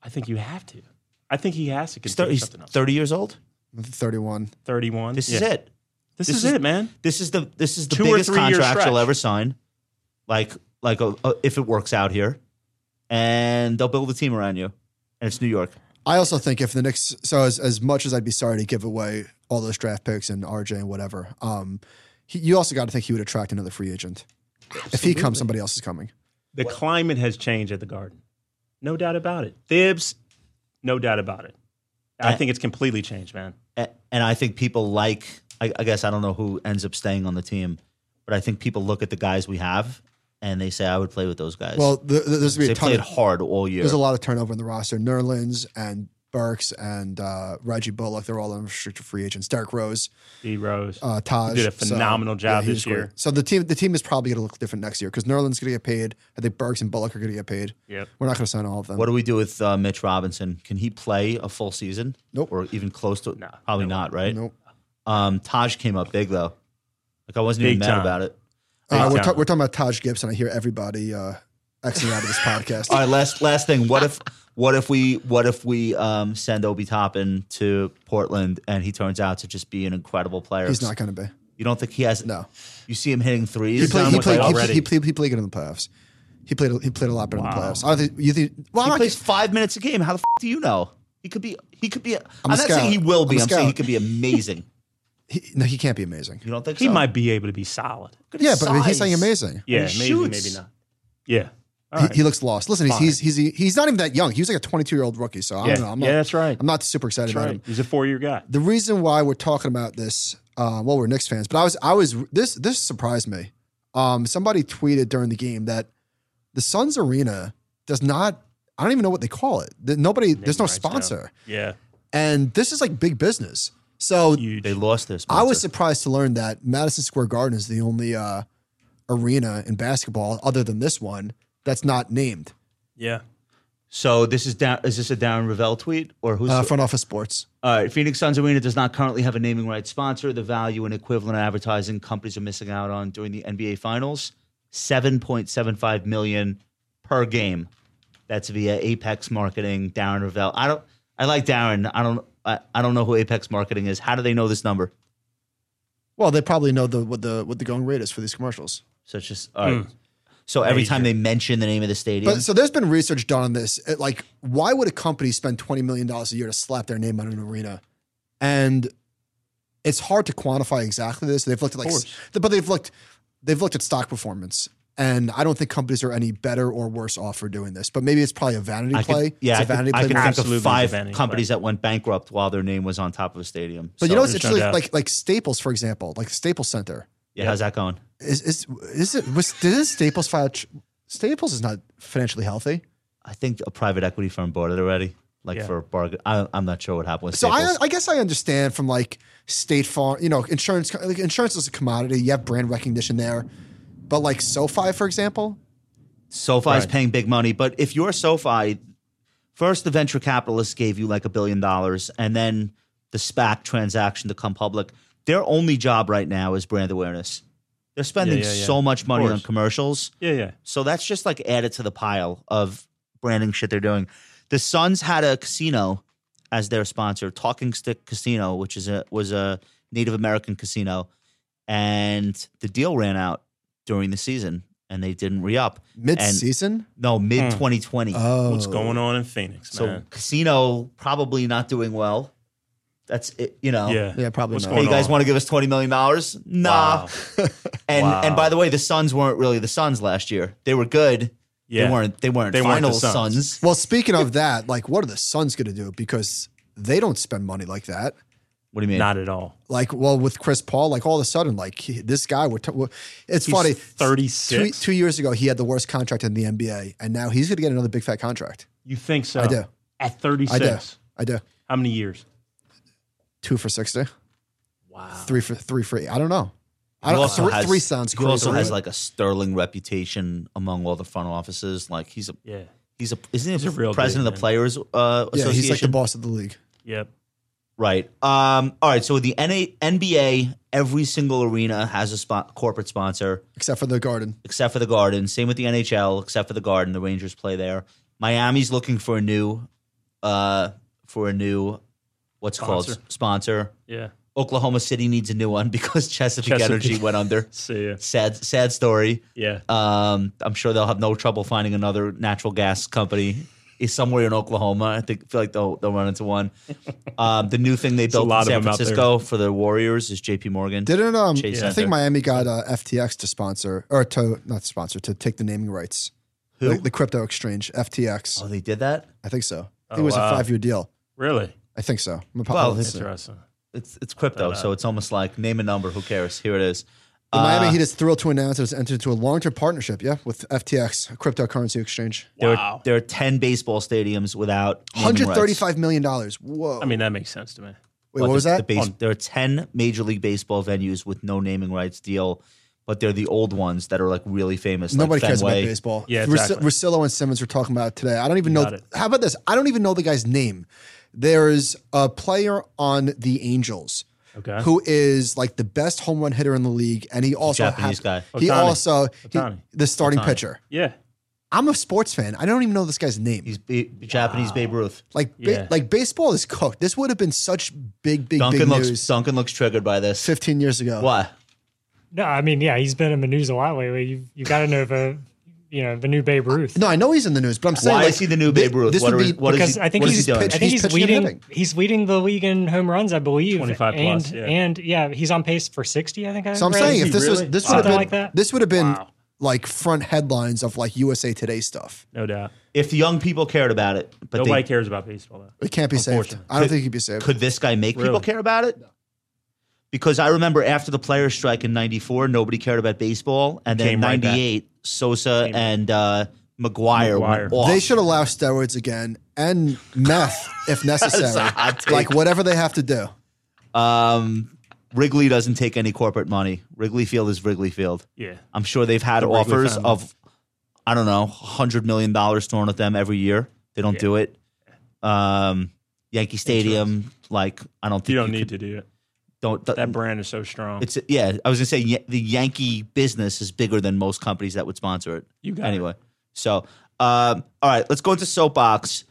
I think you have to. I think he has to He's, continue thir- he's something else. thirty years old. Thirty-one. 31. This is Yeah. it. This, This is, is- it, man. This is the this is the Two or biggest three year contract you'll stretch. ever sign. Like like a, a, if it works out here, and they'll build a team around you, and it's New York. I also think if the Knicks, so as, as much as I'd be sorry to give away all those draft picks and RJ and whatever, um, he, you also got to think he would attract another free agent. If he comes, somebody else is coming. The climate has changed at the Garden. No doubt about it. Thibs, no doubt about it. I Eh. think it's completely changed, man. A- and I think people like. I, I guess I don't know who ends up staying on the team, but I think people look at the guys we have and they say, "I would play with those guys." Well, th- th- there's gonna be they a ton. played Of, hard all year. there's a lot of turnover in the roster. Nerlens and Burks and uh, Reggie Bullock, they're all unrestricted free agents. Derek Rose, D Rose. uh, Taj He did a So, phenomenal job he this was great. year. So the team, the team is probably going to look different next year because Nerlens going to get paid. I think Burks and Bullock are going to get paid. Yep. We're not going to sign all of them. what do we do with uh, Mitch Robinson? Can he play a full season? Nope. Or even close to? Nah, probably no not. Right. Nope. Um, Taj came up big though. Like I wasn't even Big mad time. about it. Uh, Big we're, ta- time. we're talking about Taj Gibson. I hear everybody uh, Xing out [laughs] of this podcast. All right, last last thing. What if what if we what if we um, send Obi Toppin to Portland and he turns out to just be an incredible player? He's not going to be. You don't think he has? No. You see him hitting threes. He played. done He with played. it He, already. he played. He played good in the playoffs. He played. He played a lot better in the Wow. playoffs. I don't think you think. Well, I'm he not- plays five minutes a game. How the f- do you know? He could be. He could be. I'm, a not saying scout. he will I'm be. a I'm, saying he scout. could be amazing. he- no, he can't be amazing. You don't think He so? might be able to be solid. Look at Yeah, his but he's saying size. amazing. Yeah, maybe, he maybe shoots. not. Yeah. All He, right. he looks lost. Listen, he's, Fine. he's he's he's not even that young. He was like a 22 year old rookie. So I yeah. don't know. I'm not. yeah, that's right. I'm not super that's excited about right. him. He's a four year guy. The reason why we're talking about this, uh, well, we're Knicks fans, but I was I was this this surprised me. Um, somebody tweeted during the game that The Suns Arena does not. I don't even know what they call it. The- Nobody. there's no rights now. sponsor, Yeah. and this is like big business. So Huge. They lost their I sponsor. was surprised to learn that Madison Square Garden is the only uh, arena in basketball, other than this one, that's not named. yeah. so this is down. Is this a Darren Ravel tweet or who's? Uh, front office sports. All right, Phoenix Suns Arena does not currently have a naming rights sponsor. The value and equivalent advertising companies are missing out on during the NBA Finals: seven point seven five million per game. That's via Apex Marketing. Darren Ravel. I don't. I like Darren. I don't. I, I don't know who Apex Marketing is. How do they know this number? Well, they probably know the what the what the going rate is for these commercials. So it's just all right. Hmm. So every time they mention the name of the stadium, But so there's been research done on this. It, like, why would a company spend twenty million dollars a year to slap their name on an arena? And it's hard to quantify exactly this. They've looked at like, course. but they've looked they've looked at stock performance. And I don't think companies are any better or worse off for doing this. But maybe it's probably a vanity I could- play. yeah, it's I a could, vanity I play. could more think than- Absolutely of a five vanity companies that went bankrupt while their name was on top of a stadium. but So, you know, it's, there's it's no really doubt. like like Staples, for example, like Staples Center. yeah, how's that going? Is is is it was did this Staples file? tr- Staples is not financially healthy. I think a private equity firm bought it already, like Yeah. for a bargain. I, I'm not sure what happened with So I, Staples. I guess I understand from like State Farm, you know, insurance. Like insurance is a commodity. You have brand recognition there, but like SoFi, for example, SoFi is Right. paying big money, but if you're SoFi, first the venture capitalists gave you like a billion dollars, and then the SPAC transaction to come public. Their only job right now is brand awareness. They're spending yeah, yeah. so much money on course. commercials. Yeah. Yeah. So that's just like added to the pile of branding shit they're doing. The Suns had a casino as their sponsor, Talking Stick Casino, which is a was a Native American casino, and the deal ran out during the season, and they didn't re up. mid-season. No, mid 2020. oh, What's going on in Phoenix, so man? casino probably not doing well. That's it, you know. yeah. Yeah, probably What's not. Hey, going you guys on? want to give us twenty million dollars? Nah. Wow. And Wow. and by the way, the Suns weren't really the Suns last year. They were good. Yeah. They weren't. They weren't They weren't final the Suns. Suns. Well, speaking of that, like, what are the Suns going to do? Because they don't spend money like that. What do you mean? Not at all. Like, well, with Chris Paul, like all of a sudden, like he, this guy, we're t- we're- it's funny. Thirty Two, six. two years ago, he had the worst contract in the NBA, and now he's going to get another big fat contract. You think so? I do. At thirty I do. six. I do. How many years? Two for sixty. Wow. Three for three for eight. I don't know. I He don't, also three, has- three sounds he great. also Three- has like a sterling reputation among all the front offices. Like he's a Yeah. he's a isn't he He's a real president dude, of the man. players uh, yeah, association? he's like the boss of the league. Yep. Right. Um. All right. So the NA, NBA, every single arena has a spot, corporate sponsor, except for the garden. except for the Garden. Same with the NHL, except for the Garden. The Rangers play there. Miami's looking for a new, uh, for a new, what's it called Sponsor. sponsor. Yeah. Oklahoma City needs a new one [laughs] because Chesapeake, Chesapeake. Energy went under. See ya. Sad, sad story. Yeah. Um, I'm sure they'll have no trouble finding another natural gas company is somewhere in Oklahoma. I think feel like they'll they'll run into [laughs] one. Um, the new thing they a built in lot San of 'em out there. Francisco for the Warriors is J.P. Morgan. Didn't um, Chase I Center. think Miami got uh, FTX to sponsor or to not sponsor to take the naming rights. Who? The, the crypto exchange FTX. oh, they did that. I think so. I Oh, think it was a wow. five year deal. Really? I think so. I'm a pop- Well, I'll it's- listen. Interesting. It's it's crypto, so it's almost like name a number. Who cares? Here it is. the Uh, Miami Heat is thrilled to announce it has entered into a long term partnership. Yeah, with FTX, a cryptocurrency exchange. there, are, Wow. there are ten baseball stadiums without naming Hundred rights. thirty five million dollars. Whoa. I mean, that makes sense to me. Wait, But what was the- the that? base- there are 10 Major League Baseball venues with no naming rights deal, but they're the old ones that are like really famous. like Nobody cares about Fenway. baseball. Yeah, Rus- exactly. Russillo and Simmons were talking about it today. I don't even know. got it. How about this? I don't even know the guy's name. There's a player on the Angels Okay. who is like the best home run hitter in the league, and he also Japanese guy. He Ohtani. also he- Ohtani. the starting Ohtani. pitcher. Yeah. I'm a sports fan. I don't even know this guy's name. He's B- Japanese Babe Ruth. like ba- Yeah. like baseball is cooked. This would have been such big big Duncan big looks news Duncan looks triggered by this. 15 years ago. Why? No, I mean, yeah, he's been in the news a lot lately. You you got to know the, you know, the new Babe Ruth. No, I know he's in the news, but I'm saying Why like, is he the new thi- Babe Ruth? This What would are be his- what is because he- I think what is he's he doing? I think He's he's, pitching and hitting. leading. He's leading the league in home runs, I believe. 25 and, plus, yeah. and yeah, he's on pace for sixty. I think. I So I'm read. saying Is if he this was really? this would have Something been like that? this would have been Wow. like front headlines of like USA Today stuff. No doubt. If the young people cared about it, but Nobody they, cares about baseball though. It can't be saved. Unfortunately. I don't think it could be saved. could this guy make people Really? care about it? Because I remember after the players' strike in '94, nobody cared about baseball, and then Came right back. '98, Sosa and uh, McGuire, Maguire. went off. They should allow steroids again and meth if That's a necessary. hot take. like whatever they have to do. Um, Wrigley doesn't take any corporate money. Wrigley Field is Wrigley Field. Yeah. I'm sure they've had The Wrigley offers family. of, I don't know, hundred million dollars thrown at them every year. They don't Yeah. do it. Um, Yankee Stadium, like I don't think You don't could- need to do it. don't th- That brand is so strong. It's yeah. I was gonna say Ya- the Yankee business is bigger than most companies that would sponsor it. you got Anyway, so um, all right, let's go into soapbox.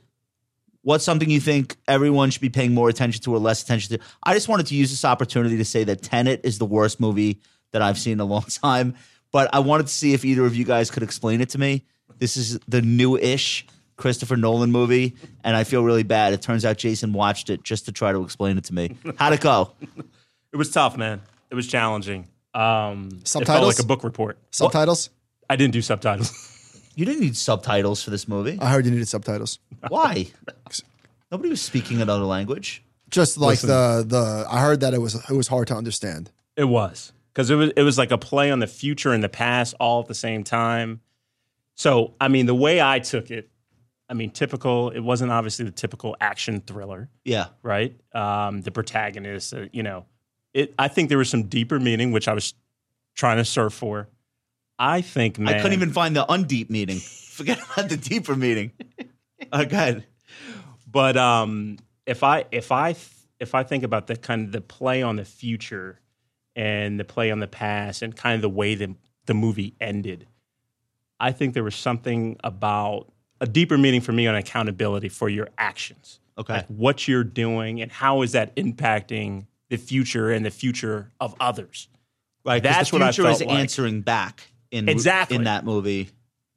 What's something you think everyone should be paying more attention to or less attention to? I just wanted to use this opportunity to say that Tenet is the worst movie that I've seen in a long [laughs] time, but I wanted to see if either of you guys could explain it to me. This is the new-ish Christopher Nolan movie, and I feel really bad. It turns out Jason watched it just to try to explain it to me. How'd it go? it. It was tough, man. It was challenging. Um, It felt Subtitles? like a book report. Subtitles? I didn't do subtitles. [laughs] You didn't need subtitles for this [laughs] movie. I heard you needed subtitles. Why? Nobody was speaking another language. Just like the the I heard that it was it was hard to understand. it was because it was it was like a play on the future and the past all at the same time. So I mean, the way I took it, I mean, typical. It wasn't obviously the typical action thriller. Yeah. right? Um, the protagonist, uh, you know, it. I think there was some deeper meaning which I was trying to surf for. I think, man, I couldn't even find the undeep meeting. Forget about the deeper meeting. [laughs] Oh, God. But um, if I if I if I think about the kind of the play on the future and the play on the past and kind of the way the the movie ended, I think there was something about a deeper meaning for me on accountability for your actions. Okay. like what you're doing and how is that impacting the future and the future of others Right. 'cause That's the what I future is felt like. answering back in Exactly. in that movie.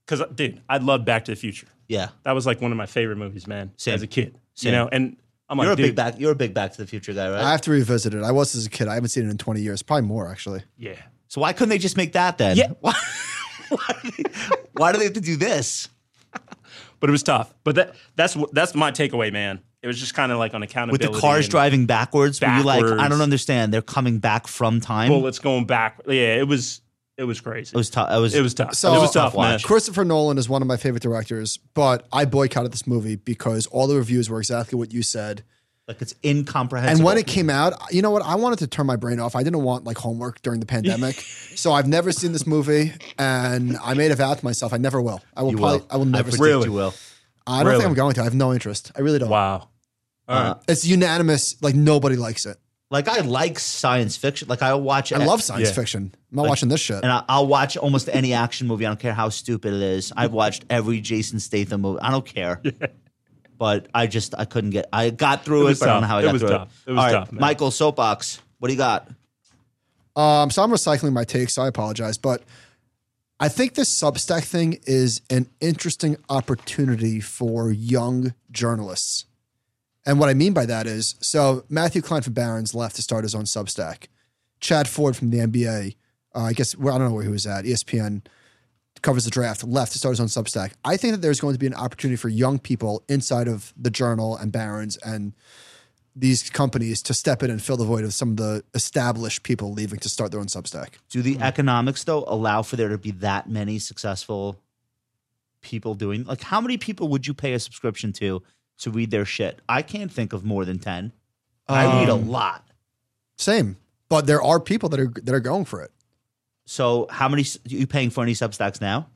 because dude i love back to the future Yeah. that was like one of my favorite movies man Same. as a kid Same. you know and i'm You're a like dude, big back. You're a big Back to the Future guy, right? I have to revisit it. I was as a kid. I haven't seen it in 20 years, probably more actually. yeah so why couldn't they just make that then? Yeah. Why, [laughs] why, do they, why do they have to do this? but it was tough but that that's wh- that's my takeaway man it was just kind of like on With accountability the cars and driving backwards, were you like, I don't Backwards. understand. They're coming back from time. it bullets going back yeah it was it was crazy it was, was tough. It was, tough So- it was tough man Watch. Christopher Nolan is one of my favorite directors, but I boycotted this movie because all the reviews were exactly what you said. like it's incomprehensible. And when it came out, you know what? I wanted to turn my brain off. I didn't want like homework during the pandemic, so I've never seen this movie, and I made a vow to myself I never will. I will. you Probably, will. I will never. I predict see it. Really? you will. I don't Really? think I'm going to. I have no interest. I really don't. wow all right Uh, It's unanimous. Like nobody likes it. Like I like science fiction. Like I watch. I love science yeah. fiction. I'm not watching this shit. and I, I'll watch almost any action movie. I don't care how stupid it is. I've watched every Jason Statham movie. I don't [laughs] care. But I just I couldn't get. I got through it, was but I don't know tough. how I It got was through tough. it. It was All right, tough, man. Michael Soapbox, what do you got? Um, so I'm recycling my takes. So I apologize, but I think this Substack thing is an interesting opportunity for young journalists. And what I mean by that is, so Matthew Klein from Barron's left to start his own Substack. Chad Ford from the NBA, uh, I guess well, I don't know where he was at. E ESPN covers the draft. Left to start his own Substack. I think that there's going to be an opportunity for young people inside of the Journal and Barron's and these companies to step in and fill the void of some of the established people leaving to start their own Substack. Do Mm. the economics though allow for there to be that many successful people doing? Like, how many people would you pay a subscription to to read their shit? I can't think of more than ten. I read a Um, lot. Same, but there are people that are that are going for it. So, how many s- you paying for any Substacks now?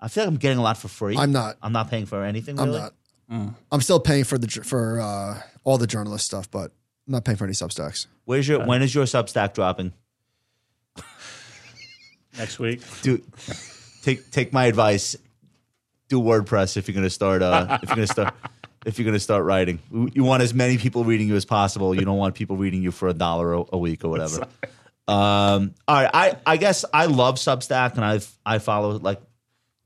I feel like I'm getting a lot for free. I'm not. I'm not paying for anything. I'm Really? not. I'm still paying for the ju- for uh, all the journalist stuff, but I'm not paying for any Substacks. Where's your? when is your Substack dropping? next week Do take take my advice. Do WordPress if you're gonna start. Uh, if you're gonna start. If you're gonna start writing, you want as many people reading you as possible. You don't want people reading you for a dollar a- a week or whatever. Um, all right, I I guess I love Substack and I I follow like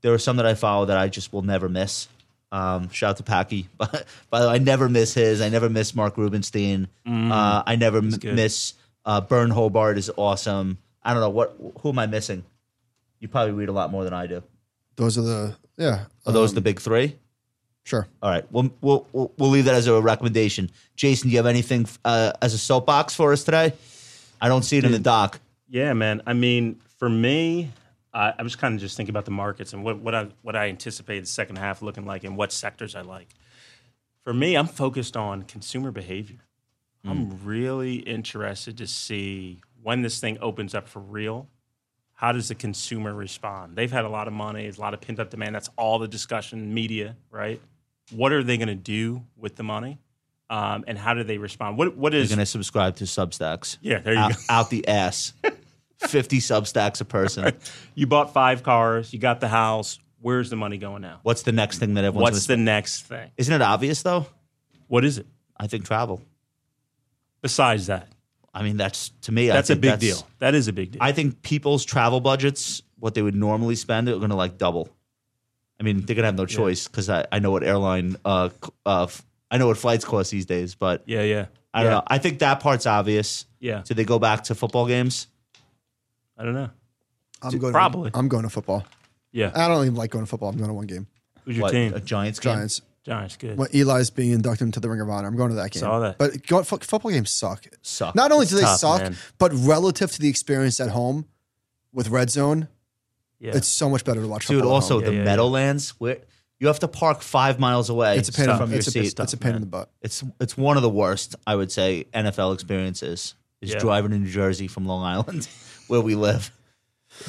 there are some that I follow that I just will never miss. Um, shout out to Packy. [laughs] But by the way, I never miss his. I never miss Mark Rubenstein. uh, I never m- miss uh, Bern Hobart is awesome. I don't know what who am I missing? You probably read a lot more than I do. Those are the yeah. Are those um, the big three? sure? All right, we'll, we'll we'll we'll leave that as a recommendation. Jason, do you have anything uh, as a soapbox for us today? I don't see it in the doc. Yeah, man. I mean, for me, Uh, I'm just kind of just thinking about the markets and what, what I what I anticipate the second half looking like and what sectors I like. For me, I'm focused on consumer behavior. I'm really interested to see when this thing opens up for real. How does the consumer respond? They've had a lot of money, there's a lot of pent up demand. That's all the discussion, media, right? What are they going to do with the money, um, and how do they respond? What what You're is- going to subscribe to Substacks. yeah? There you out, go. out the [laughs] ass. 50 Substacks a person. You bought five cars, you got the house. Where's the money going now? What's the next thing that everyone's What's gonna the next thing? Isn't it obvious though? What is it I think travel. besides that? I mean, that's to me. That's I a think big that's- deal. That is a big deal. I think people's travel budgets, what they would normally spend, are going to like double. I mean, they're going to have no choice because I, I know what airline, uh, c- uh, f- I know what flights cost these days, but yeah, yeah. I don't Yeah. know. I think that part's obvious. Yeah, Do they go back to football games? I don't know. I'm going. probably. I'm going to football. Yeah, I don't even like going to football. I'm going to one game. who's your What, uh, team? A Giants game? Giants. Giants. Good. When Eli's being inducted into the Ring of Honor, I'm going to that game. Saw that. But go, fo- football games suck. Suck. Not only It's do they tough, suck, man. but relative to the experience at home with Red Zone, Yeah. it's so much better to watch. Dude, football at also home. Yeah, the yeah, yeah. Meadowlands, where you have to park five miles away it's a pain. from In, your it's, a, seat. it's, it's a pain in the butt. It's it's one of the worst, I would say, NFL experiences is Yeah. driving in New Jersey from Long Island, [laughs] where we live.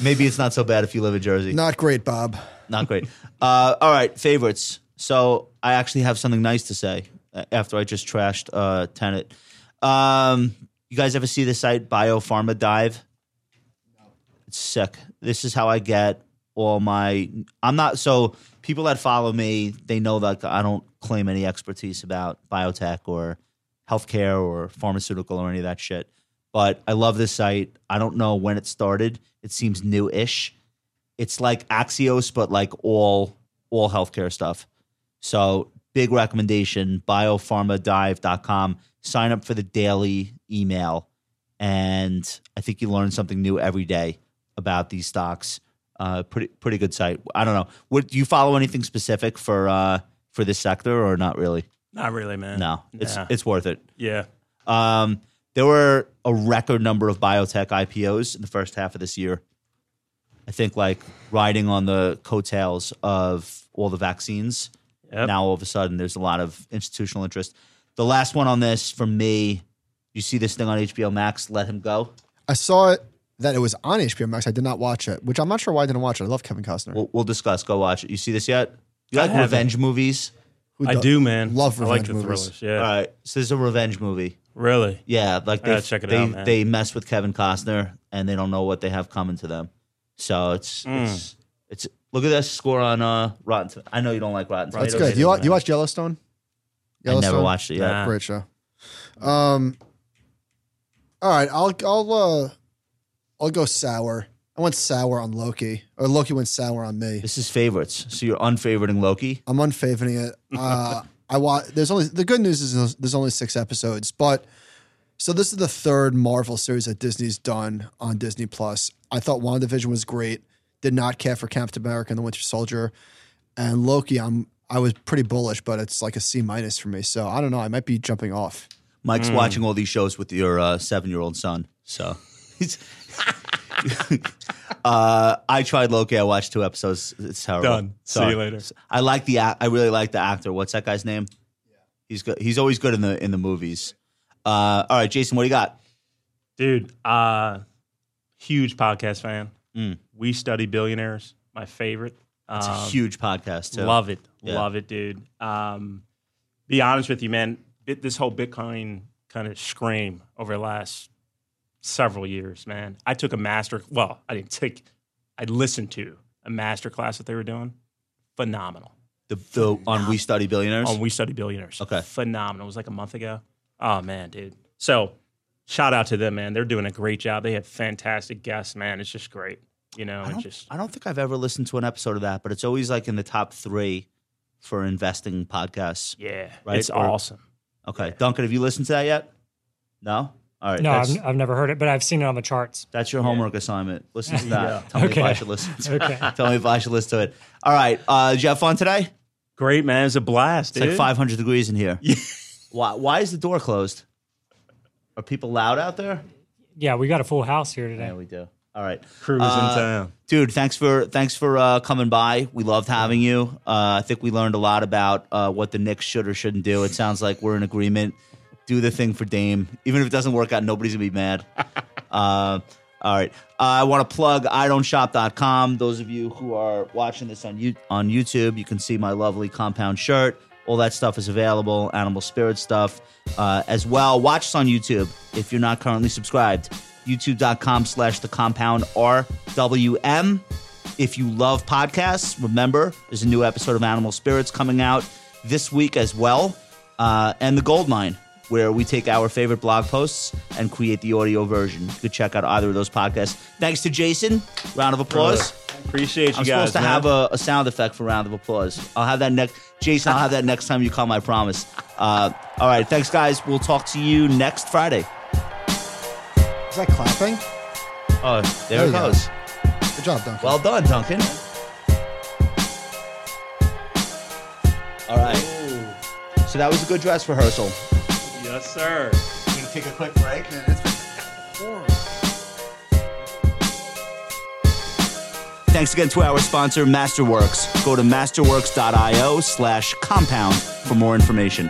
Maybe it's not so bad if you live in Jersey. Not great, Bob. Not great. Uh, all right, favorites. So I actually have something nice to say uh, after I just trashed uh, Tenet. Um, you guys ever see the site Biopharma Dive? It's sick. This is how I get all my. I'm not so people that follow me. They know that I don't claim any expertise about biotech or healthcare or pharmaceutical or any of that shit. But I love this site. I don't know when it started. It seems new-ish it's like Axios, but like all all healthcare stuff. So big recommendation, biopharmadive.com. Sign up for the daily email. And I think you learn something new every day about these stocks. Uh, pretty pretty good site. I don't know. Would do you follow anything specific for uh, for this sector or not really? Not really, man. No, it's Nah. it's worth it. yeah. Um, there were a record number of biotech IPOs in the first half of this year. I think like riding on the coattails of all the vaccines. Yep. Now all of a sudden there's a lot of institutional interest. The last one on this from me, you see this thing on HBO Max, Let Him Go. I saw it that it was on HBO Max. I did not watch it, which I'm not sure why I didn't watch it. I love Kevin Costner. We'll, we'll discuss. Go watch it. You see this yet? You I like haven't. revenge movies? Who I do- do, man. love I like revenge the movies. thrillers. Yeah. All right. So this is a revenge movie. Really. Yeah, like they gotta check it they, out, man. they mess with Kevin Costner and they don't know what they have coming to them. So Hmm. it's it's it's look at that score on uh Rotten. Tom- I know you don't like Rotten. That's That's Tomatoes. good. You wa- you watch Yellowstone? I never watched it yet. Nah. Great show. Um. All right, I'll I'll uh, I'll go sour. I went sour on Loki, or Loki went sour on me. This is favorites. So you're unfavoriting Loki. I'm unfavoring it. Uh, I want. There's only the good news is there's only six episodes, but so this is the third Marvel series that Disney's done on Disney Plus. I thought WandaVision was great. Did not care for Captain America and the Winter Soldier, and Loki. I'm I was pretty bullish, but it's like a C minus for me. So I don't know. I might be jumping off. Mike's Hmm. watching all these shows with your uh, seven year old son. So [laughs] he's. uh, I tried Loki. I watched two episodes. It's terrible. Done. See you later. I like the. ac- I really like the actor. What's that guy's name? He's good. He's always good in the in the movies. Uh, all right, Jason, what do you got? Dude, uh, huge podcast fan. Mm. We study billionaires. My favorite. It's a Um, huge podcast too. Love it. Yeah. Love it, dude. Um, be honest with you, man. Bit, this whole Bitcoin kind of scream over the last several years, man. I took a master. Well, I didn't take. I listened to a master class that they were doing. Phenomenal. the, the on We Study Billionaires. On We Study Billionaires. Okay. Phenomenal. It was like a month ago. Oh man, dude. So shout out to them, man. They're doing a great job. They have fantastic guests, man. It's just great. You know, I it's don't, just I don't think I've ever listened to an episode of that, but it's always like in the top three for investing podcasts. yeah, Right? it's Or- awesome. Okay, Duncan, have you listened to that yet? No. All right. No, that's, uh, I've, I've never heard it, but I've seen it on the charts. that's your homework assignment. Listen to that. [laughs] Tell Yeah. me if I Okay. should listen. [laughs] To Okay. [laughs] Tell me if I should listen to it. All right. Uh, did you have fun today? Great, man. It's a blast. It's dude. like 500 degrees in here. Why, why is the door closed? Are people loud out there? Yeah, we got a full house here Yeah, today. we do. All right. Crew is Uh, in town. dude thanks for thanks for uh, coming by we loved having you uh, i think we learned a lot about uh, what the Knicks should or shouldn't do it sounds like we're in agreement do the thing for dame even if it doesn't work out nobody's gonna be mad uh, all right uh, i want to plug idonshop.com those of you who are watching this on, you on youtube you can see my lovely compound shirt all that stuff is available animal spirit stuff uh, as well watch us on youtube if you're not currently subscribed youtube.com slash the compound rwm if you love podcasts remember there's a new episode of animal spirits coming out this week as well uh, and the gold mine where we take our favorite blog posts and create the audio version you could check out either of those podcasts thanks to jason round of applause Appreciate you i'm guys. supposed to man. have a, a sound effect for round of applause i'll have that next jason i'll have that next time you come i promise uh, all right thanks guys we'll talk to you next friday Is that clapping? oh there Oh, it yeah. goes Good job, Duncan. Well done, Duncan. All right. So that was a good dress rehearsal. yes, sir. Can take a quick break? Thanks again to our sponsor, Masterworks. Go to masterworks.io slash compound for more information.